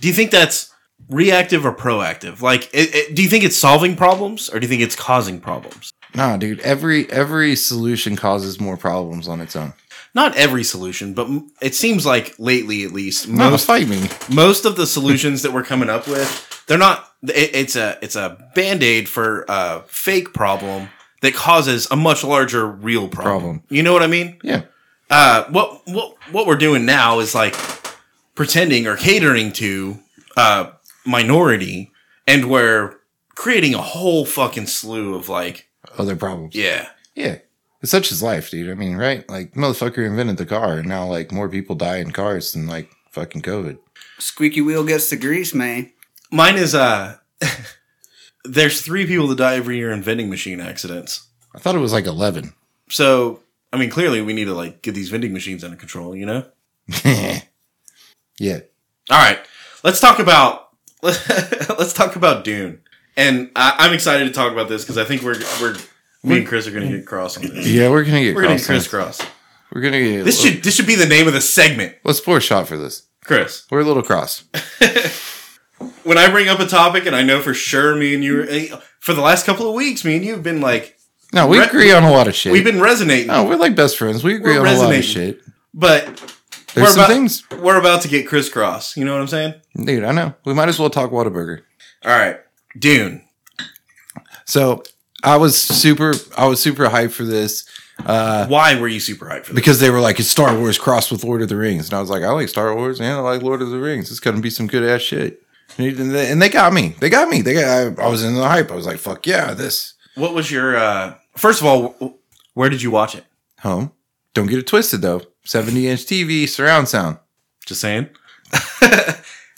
do you think that's reactive or proactive? Like, it, it- do you think it's solving problems or do you think it's causing problems?
Nah, dude. Every every solution causes more problems on its own.
Not every solution, but m- it seems like lately, at least,
No,
most
fight me.
most of the solutions that we're coming up with, they're not. It, it's a it's a band aid for a fake problem that causes a much larger real problem.
Problem.
You know what I mean?
Yeah.
uh, what what what we're doing now is like pretending or catering to uh, minority, and we're creating a whole fucking slew of like,
Other problems.
yeah,
Yeah. It's such is life, dude. I mean, right? Like, motherfucker invented the car, and now, like, more people die in cars than, like, fucking COVID.
Squeaky wheel gets the grease, man.
mine is uh, there's three people that die every year in vending machine accidents.
I thought it was, like, 11.
So I mean, clearly we need to like get these vending machines under control, you know?
yeah.
All right, let's talk about let's talk about Dune, and I, I'm excited to talk about this because I think we're we're me and Chris are gonna get cross on this.
Yeah, we're going to get
We're gonna
cross-eyed.
crisscross.
We're going to get.
This should this should be the name of the segment,
Let's pour a shot for this.
Chris.
We're a little cross.
When I bring up a topic and I know for sure me and you eh, for the last couple of weeks, me and you have been like
No, we
Re-
agree on a lot of shit.
we've been resonating,
no, we're like best friends. We agree
We're
on a lot of
resonating.
shit.
but
There's
we're
some
about,
things.
we're about to get crisscross. You know what I'm saying?
Dude, I know. We might as well talk Whataburger.
All right, Dune.
So I was super, I was super hyped for this uh,
Why were you super hyped for this?
because they were like, it's Star Wars crossed with Lord of the Rings. And I was like, I like Star Wars and I like Lord of the Rings. It's going to be some good ass shit. And they, and they got me. They got me. They got, I, I was in the hype. I was like, fuck yeah, this
What was your uh, first of all? wh- Where did you watch it?
home. Don't get it twisted though. 70 inch TV, surround sound,
Just saying.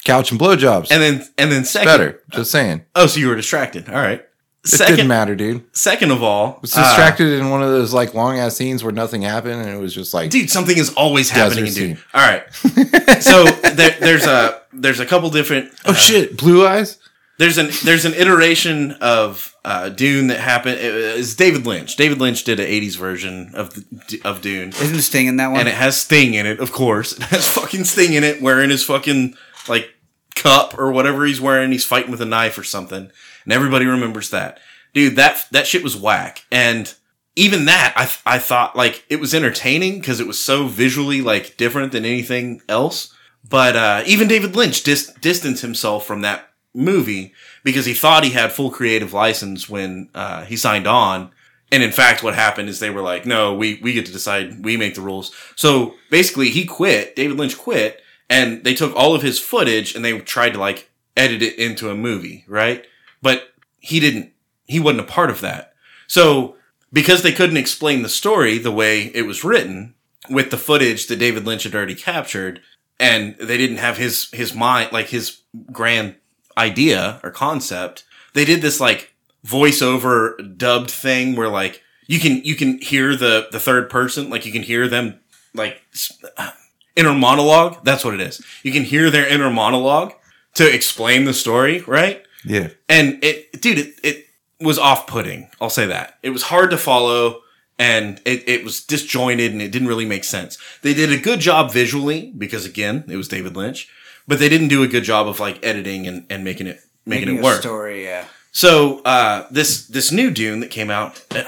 couch and blowjobs.
And then and then second.
Better. Just saying.
Oh, so you were distracted. All right.
It didn't
Second,
matter, dude.
second of all,
was
uh,
distracted in one of those like long ass scenes where nothing happened and it was just like
dude something is always
Desert
happening in Dune.
scene.
all right so there, there's a there's a couple different
oh shit blue eyes
there's an there's an iteration of uh, dune that happened it was david lynch david lynch did an 80s version of the, of dune
Isn't Sting in that one?
and it has sting in it of course it has fucking sting in it wearing his fucking like cup or whatever he's wearing he's fighting with a knife or something and everybody remembers that dude that that shit was whack and even that i th- i thought like it was entertaining because it was so visually like different than anything else but uh even david lynch dis- distanced himself from that movie because he thought he had full creative license when uh he signed on and in fact what happened is they were like no we we get to decide we make the rules so basically he quit david lynch quit and they took all of his footage and they tried to like edit it into a movie right but he didn't he wasn't a part of that so because they couldn't explain the story the way it was written with the footage that david lynch had already captured and they didn't have his his mind like his grand idea or concept they did this like voiceover dubbed thing where like you can you can hear the the third person like you can hear them like s- uh, inner monologue that's what it is you can hear their inner monologue to explain the story right
yeah
and it dude it, it was off-putting i'll say that it was hard to follow and it, it was disjointed and it didn't really make sense they did a good job visually because again it was david lynch but they didn't do a good job of like editing and, and making it making,
Making
it
a
work
Story, yeah.
so uh, this this new Dune that came out, uh,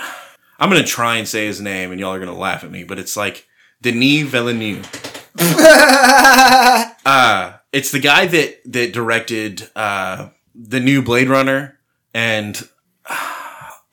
I'm gonna try and say his name, and y'all are gonna laugh at me, but it's like Denis Villeneuve. Uh, it's the guy that that directed uh, the new Blade Runner and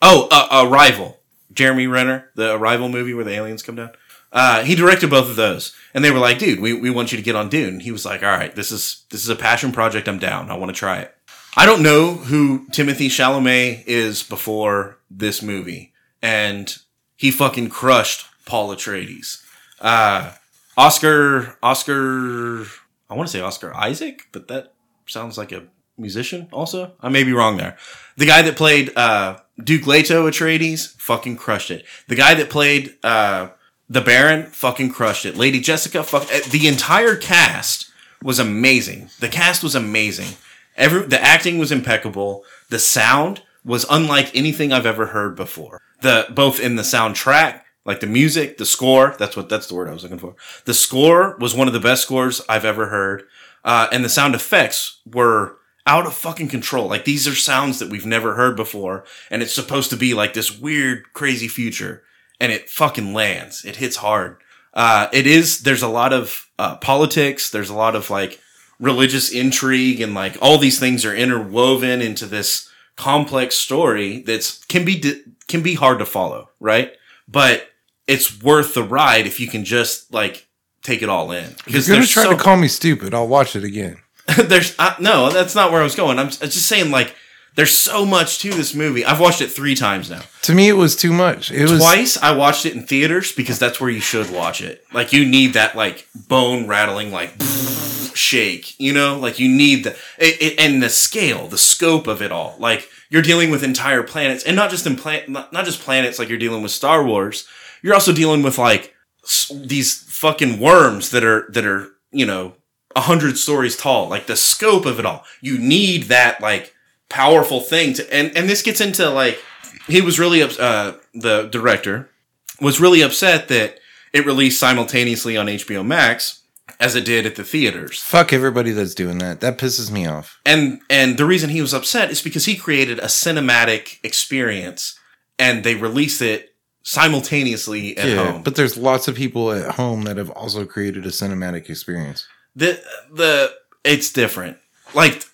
oh, uh, Arrival. Jeremy Renner, the Arrival movie where the aliens come down. Uh, he directed both of those, and they were like, "Dude, we, we want you to get on Dune." He was like, "All right, this is this is a passion project. I'm down. I want to try it." I don't know who Timothy Chalamet is before this movie, and he fucking crushed Paul Atreides. Uh, Oscar, Oscar, I want to say Oscar Isaac, but that sounds like a musician also. I may be wrong there. The guy that played uh, Duke Leto Atreides fucking crushed it. The guy that played uh, the Baron fucking crushed it. Lady Jessica fuck eh, the entire cast was amazing. The cast was amazing. Every the acting was impeccable. The sound was unlike anything I've ever heard before. The both in the soundtrack, like the music, the score, that's what that's the word I was looking for. The score was one of the best scores I've ever heard. Uh, and the sound effects were out of fucking control. Like these are sounds that we've never heard before, and it's supposed to be like this weird, crazy future, and it fucking lands. It hits hard. Uh, it is. There's a lot of uh, politics. There's a lot of like religious intrigue, and like all these things are interwoven into this complex story that's can be di- can be hard to follow, right? But it's worth the ride if you can just like take it all in
If you're gonna
there's
try
so
to call me stupid, I'll watch it again.
there's uh, no that's not where i was going i'm s- I'm just saying like there's so much to this movie i've watched it three times now
To me, it was too much. It was
twice i watched it in theaters because that's where you should watch it like you need that like bone rattling like shake you know like you need the it, it, and the scale the scope of it all like you're dealing with entire planets and not just in plant not not just planets like you're dealing with star wars you're also dealing with like s- these fucking worms that are that are you know a hundred stories tall like the scope of it all you need that like powerful thing to and and this gets into like he was really ups- uh the director was really upset that it released simultaneously on HBO Max as it did at the theaters
fuck everybody that's doing that. That pisses me off.
and and the reason he was upset is because he created a cinematic experience and they released it simultaneously at
yeah,
home
but there's lots of people at home that have also created a cinematic experience.
the the it's different. Like,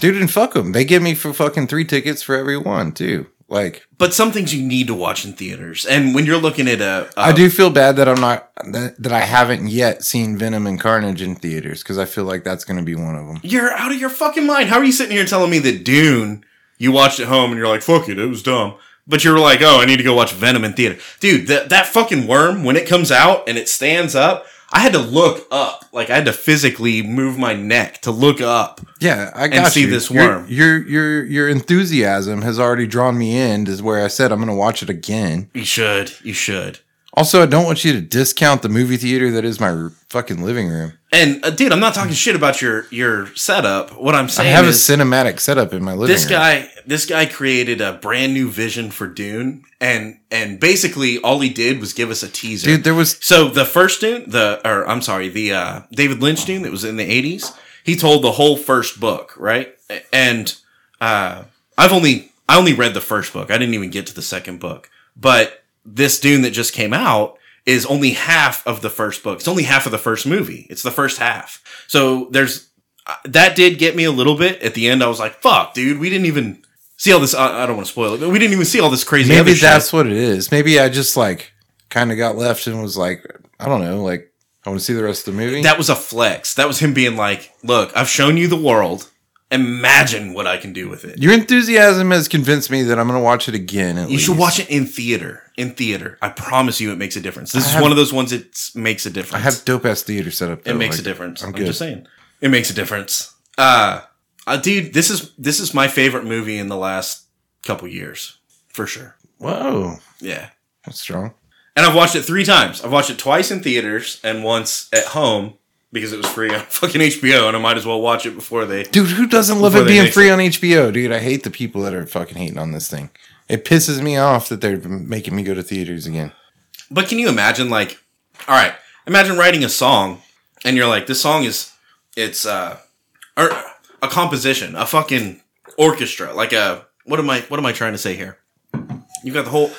Dude, and fuck them. They give me for fucking three tickets for every one too. Like
but some things you need to watch in theaters, and when you're looking at a, a
I do feel bad that I'm not that, that I haven't yet seen Venom and Carnage in theaters because I feel like that's going to be one of them.
you're out of your fucking mind. How are you sitting here telling me that Dune you watched at home and you're like, fuck it, it was dumb. But you're like, oh, I need to go watch Venom in theater, dude. That that fucking worm when it comes out and it stands up, I had to look up, like I had to physically move my neck to look up.
Yeah, I got
see
you.
this
Your-
worm.
Your, your your enthusiasm has already drawn me in. Is where I said I'm going to watch it again.
You should, you should.
Also, I don't want you to discount the movie theater that is my r- fucking living room.
And uh, dude, I'm not talking shit about your your setup. What I'm
I
saying
have a
is,
cinematic setup in my living
this
room.
guy this guy created a brand new vision for Dune, and and basically all he did was give us a teaser.
dude, there was
So the first Dune, the or I'm sorry, the uh, David Lynch Dune that was in the 80s, he told the whole first book, right? A- And uh, I've only I only read the first book. I didn't even get to the second book. But this Dune that just came out is only half of the first book. It's only half of the first movie. It's the first half. So there's uh, that did get me a little bit at the end. I was like, "Fuck, dude, we didn't even see all this." I, I don't want to spoil it, but we didn't even see all this crazy.
maybe
other shit.
that's what it is. Maybe I just like kind of got left and was like, I don't know, like I want to see the rest of the movie.
That was a flex. That was him being like, "Look, I've shown you the world. Imagine what I can do with it."
Your enthusiasm has convinced me that I'm going to watch it again. At
You should
least.
watch it in theater. In theater, I promise you, it makes a difference. This
I
is
have-
one of those ones that s- makes a
I
difference.
have dope ass theater set up.
it makes a difference.
I'm
I'm,
good.
just saying, it makes a difference. Uh, uh, dude, this is this is my favorite movie in the last couple years for sure.
Whoa,
Yeah,
that's strong.
and I've watched it three times. I've watched it twice in theaters and once at home because it was free on fucking HBO, and I might as well watch it before they
Dude, who doesn't love
Before
it
they
being
mix
free on HBO? Dude, I hate the people that are fucking hating on this thing. It pisses me off that they're making me go to theaters again.
But can you imagine like all right, imagine writing a song and you're like this song is it's uh or a composition, a fucking orchestra, like a what am I what am I trying to say here? You got the whole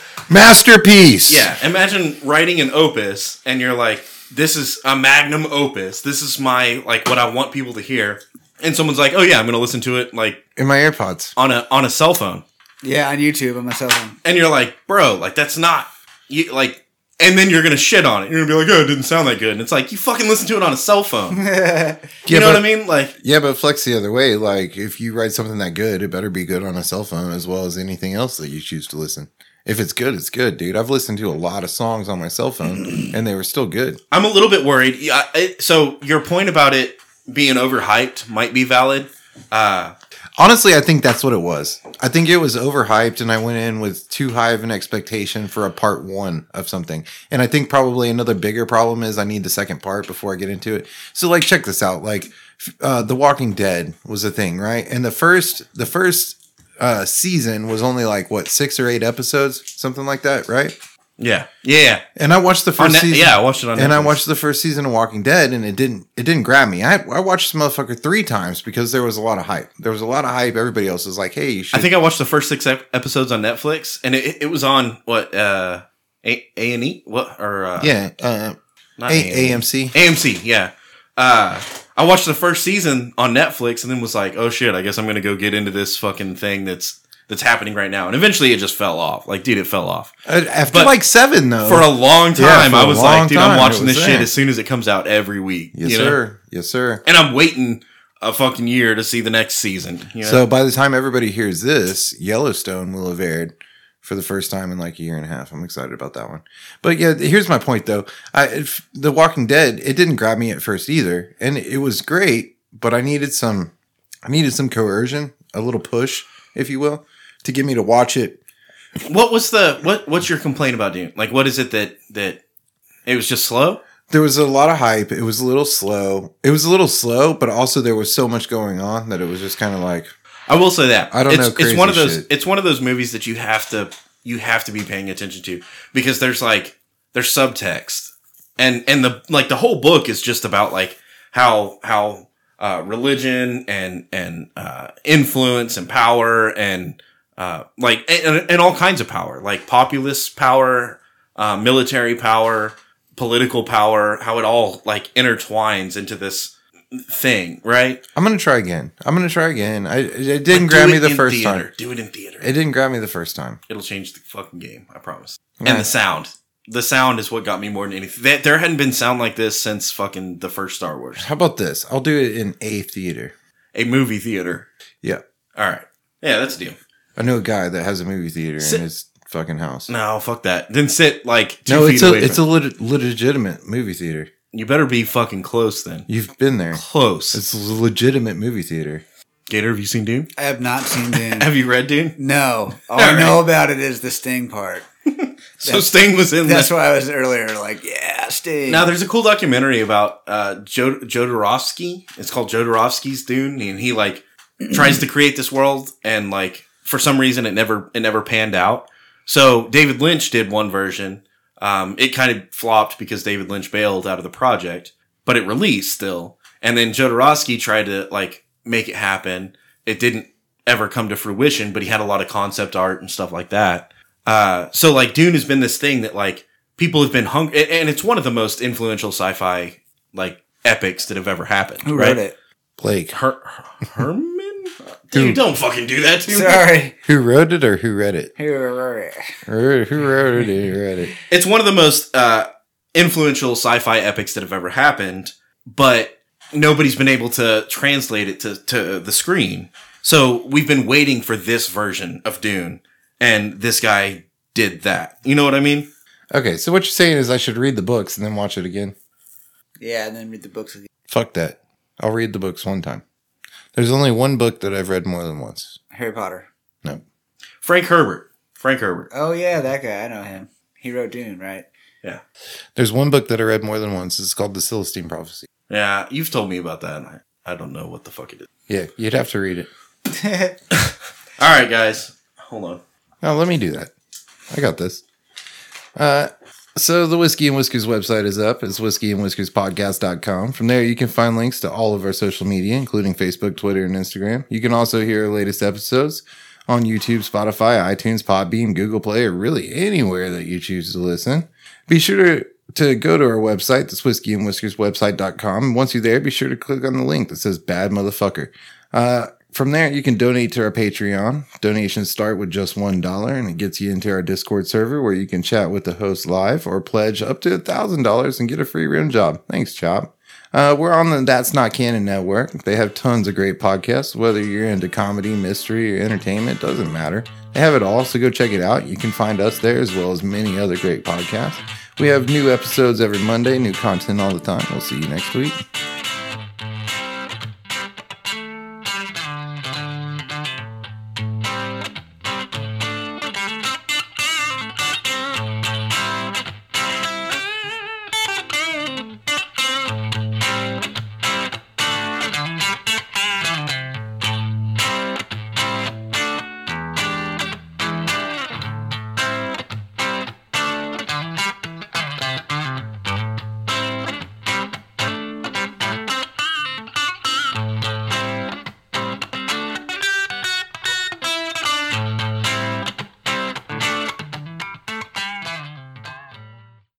Masterpiece.
yeah, imagine writing an opus and you're like this is a magnum opus. This is my like what I want people to hear. And someone's like, "Oh yeah, I'm going to listen to it like
In my AirPods.
on a on a cell phone."
Yeah, on YouTube on my cell phone.
and you're like, bro, like that's not you like. And then you're gonna shit on it. You're gonna be like, oh, it didn't sound that good. And it's like you fucking listen to it on a cell phone. You
Yeah,
know
but,
what I mean? Like,
Yeah, but flex the other way. Like, if you write something that good, it better be good on a cell phone as well as anything else that you choose to listen. If it's good, it's good, dude. I've listened to a lot of songs on my cell phone, and they were still good.
I'm a little bit worried. Yeah, I, so your point about it being overhyped might be valid. Uh,
Honestly, I think that's what it was. I think it was overhyped, and I went in with too high of an expectation for a part one of something. And I think probably another bigger problem is I need the second part before I get into it. So, like, check this out. Like, f- uh, The Walking Dead was a thing, right? And the first, the first uh, season was only like what six or eight episodes, something like that, right?
Yeah, yeah,
And I watched the
On
first
Net-
season.
yeah. I watched it on.
and I
Netflix.
watched the first season of Walking Dead, and it didn't it didn't grab me. I I watched this motherfucker three times because there was a lot of hype. There was a lot of hype. Everybody else was like, "Hey, you should."
I think I watched the first six ep- episodes on Netflix, and it, it was on what uh A A and E what or uh,
yeah, uh,
not E.
a-
A&E.
AMC.
AMC, yeah. Uh, I watched the first season on Netflix and then was like, oh shit, I guess I'm gonna go get into this fucking thing that's that's happening right now. And eventually, it just fell off. Like, dude, it fell off
Uh, After
But-
like seven though.
for a long
Yeah,
time.
for
I
a
was
long
like, dude,
time,
I'm
it
watching
was
this shit
there.
as soon as it comes out every week.
yes
you know?
sir, yes sir.
And I'm waiting a fucking year to see the next season. You know?
So by the time everybody hears this, Yellowstone will have aired for the first time in like a year and a half. I'm excited about that one. But yeah, here's my point though. I if The Walking Dead, it didn't grab me at first either, and it was great, but I needed some I needed some coercion, a little push, if you will, to get me to watch it.
what was the what? What's your complaint about Dune? Like, what is it that that it was just slow?
There was a lot of hype. It was a little slow. It was a little slow, but also there was so much going on that it was just kind of like
I will say that
I don't
it's,
know crazy
it's one of those.
shit.
It's one of those movies that you have to you have to be paying attention to because there's like there's subtext and and the like the whole book is just about like how how uh, religion and and uh, influence and power and uh, like and, and all kinds of power like populist power, uh, military power, political power, how it all like intertwines into this thing, right?
I'm gonna try again. I'm gonna try again. I it didn't
Like, do
grab me
it
the
in
first
theater.
time.
Do it in theater.
It didn't grab me the first time.
it'll change the fucking game. I promise.
Yeah.
And the sound. The sound is what got me more than anything. That, there hadn't been sound like this since fucking the first Star Wars.
How about this? I'll do it in a theater.
A movie theater.
Yeah.
All right. Yeah, that's a deal.
I know a guy that has a movie theater
Sit-
in his fucking house. No,
No, fuck that. Then sit like two feet
it's a
away.
it's
from-
a lit- legitimate movie theater.
you better be fucking close then.
You've been there.
Close.
It's a legitimate movie theater.
Gator, have you seen Dune?
I have not seen Dune.
Have you read Dune?
no, all,
All
I
right.
know about it is the Sting part.
So Sting was in
That's
this.
why I was earlier like, yeah, Sting.
Now there's a cool documentary about uh, Jo- Jodorowsky. It's called Jodorowsky's Dune, and he like tries to create this world, and like for some reason it never it never panned out. So David Lynch did one version. Um, it kind of flopped because David Lynch bailed out of the project, but it released still. And then Jodorowsky tried to like make it happen. It didn't ever come to fruition, but he had a lot of concept art and stuff like that. Uh, so like Dune has been this thing that like people have been hungry, and it's one of the most influential sci-fi like epics that have ever happened.
who wrote it?
Blake,
Her- Her- Herman? Dude, don't fucking do that to me.
Sorry,
who wrote it or who read it?
who wrote it?
Or Who wrote it? Who read it?
it's one of the most uh, influential sci-fi epics that have ever happened, but nobody's been able to translate it to, to the screen. So we've been waiting for this version of Dune, and this guy did that. You know what I mean?
Okay, so what you're saying is I should read the books and then watch it again.
Yeah, and then read the books again.
Fuck that. I'll read the books one time. There's only one book that I've read more than once.
Harry Potter.
No.
Frank Herbert. Frank Herbert.
Oh yeah, that guy. I know him. He wrote Dune, right?
There's one book that I read more than once. It's called The Celestine Prophecy.
Yeah, you've told me about that. and I, I don't know what the fuck it is.
Yeah, you'd have to read it.
All right, guys. Hold on.
No, Oh, let me do that. I got this. Uh, so the Whiskey and Whiskers website is up. It's whiskeyandwhiskerspodcast.com. From there, you can find links to all of our social media, including Facebook, Twitter, and Instagram. You can also hear our latest episodes on YouTube, Spotify, iTunes, Podbeam, Google Play, or really anywhere that you choose to listen. Be sure to to go to our website, that's whiskeyandwhiskerswebsite.com. And once you're there, be sure to click on the link that says bad motherfucker. Uh, from there, you can donate to our Patreon. Donations start with just one dollar, and it gets you into our Discord server where you can chat with the host live or pledge up to a thousand dollars and get a free rim job. Thanks, Chop. Uh, we're on the That's Not Canon Network. They have tons of great podcasts. Whether you're into comedy, mystery, or entertainment, doesn't matter. They have it all, so go check it out. You can find us there as well as many other great podcasts. We have new episodes every Monday, new content all the time. We'll see you next week.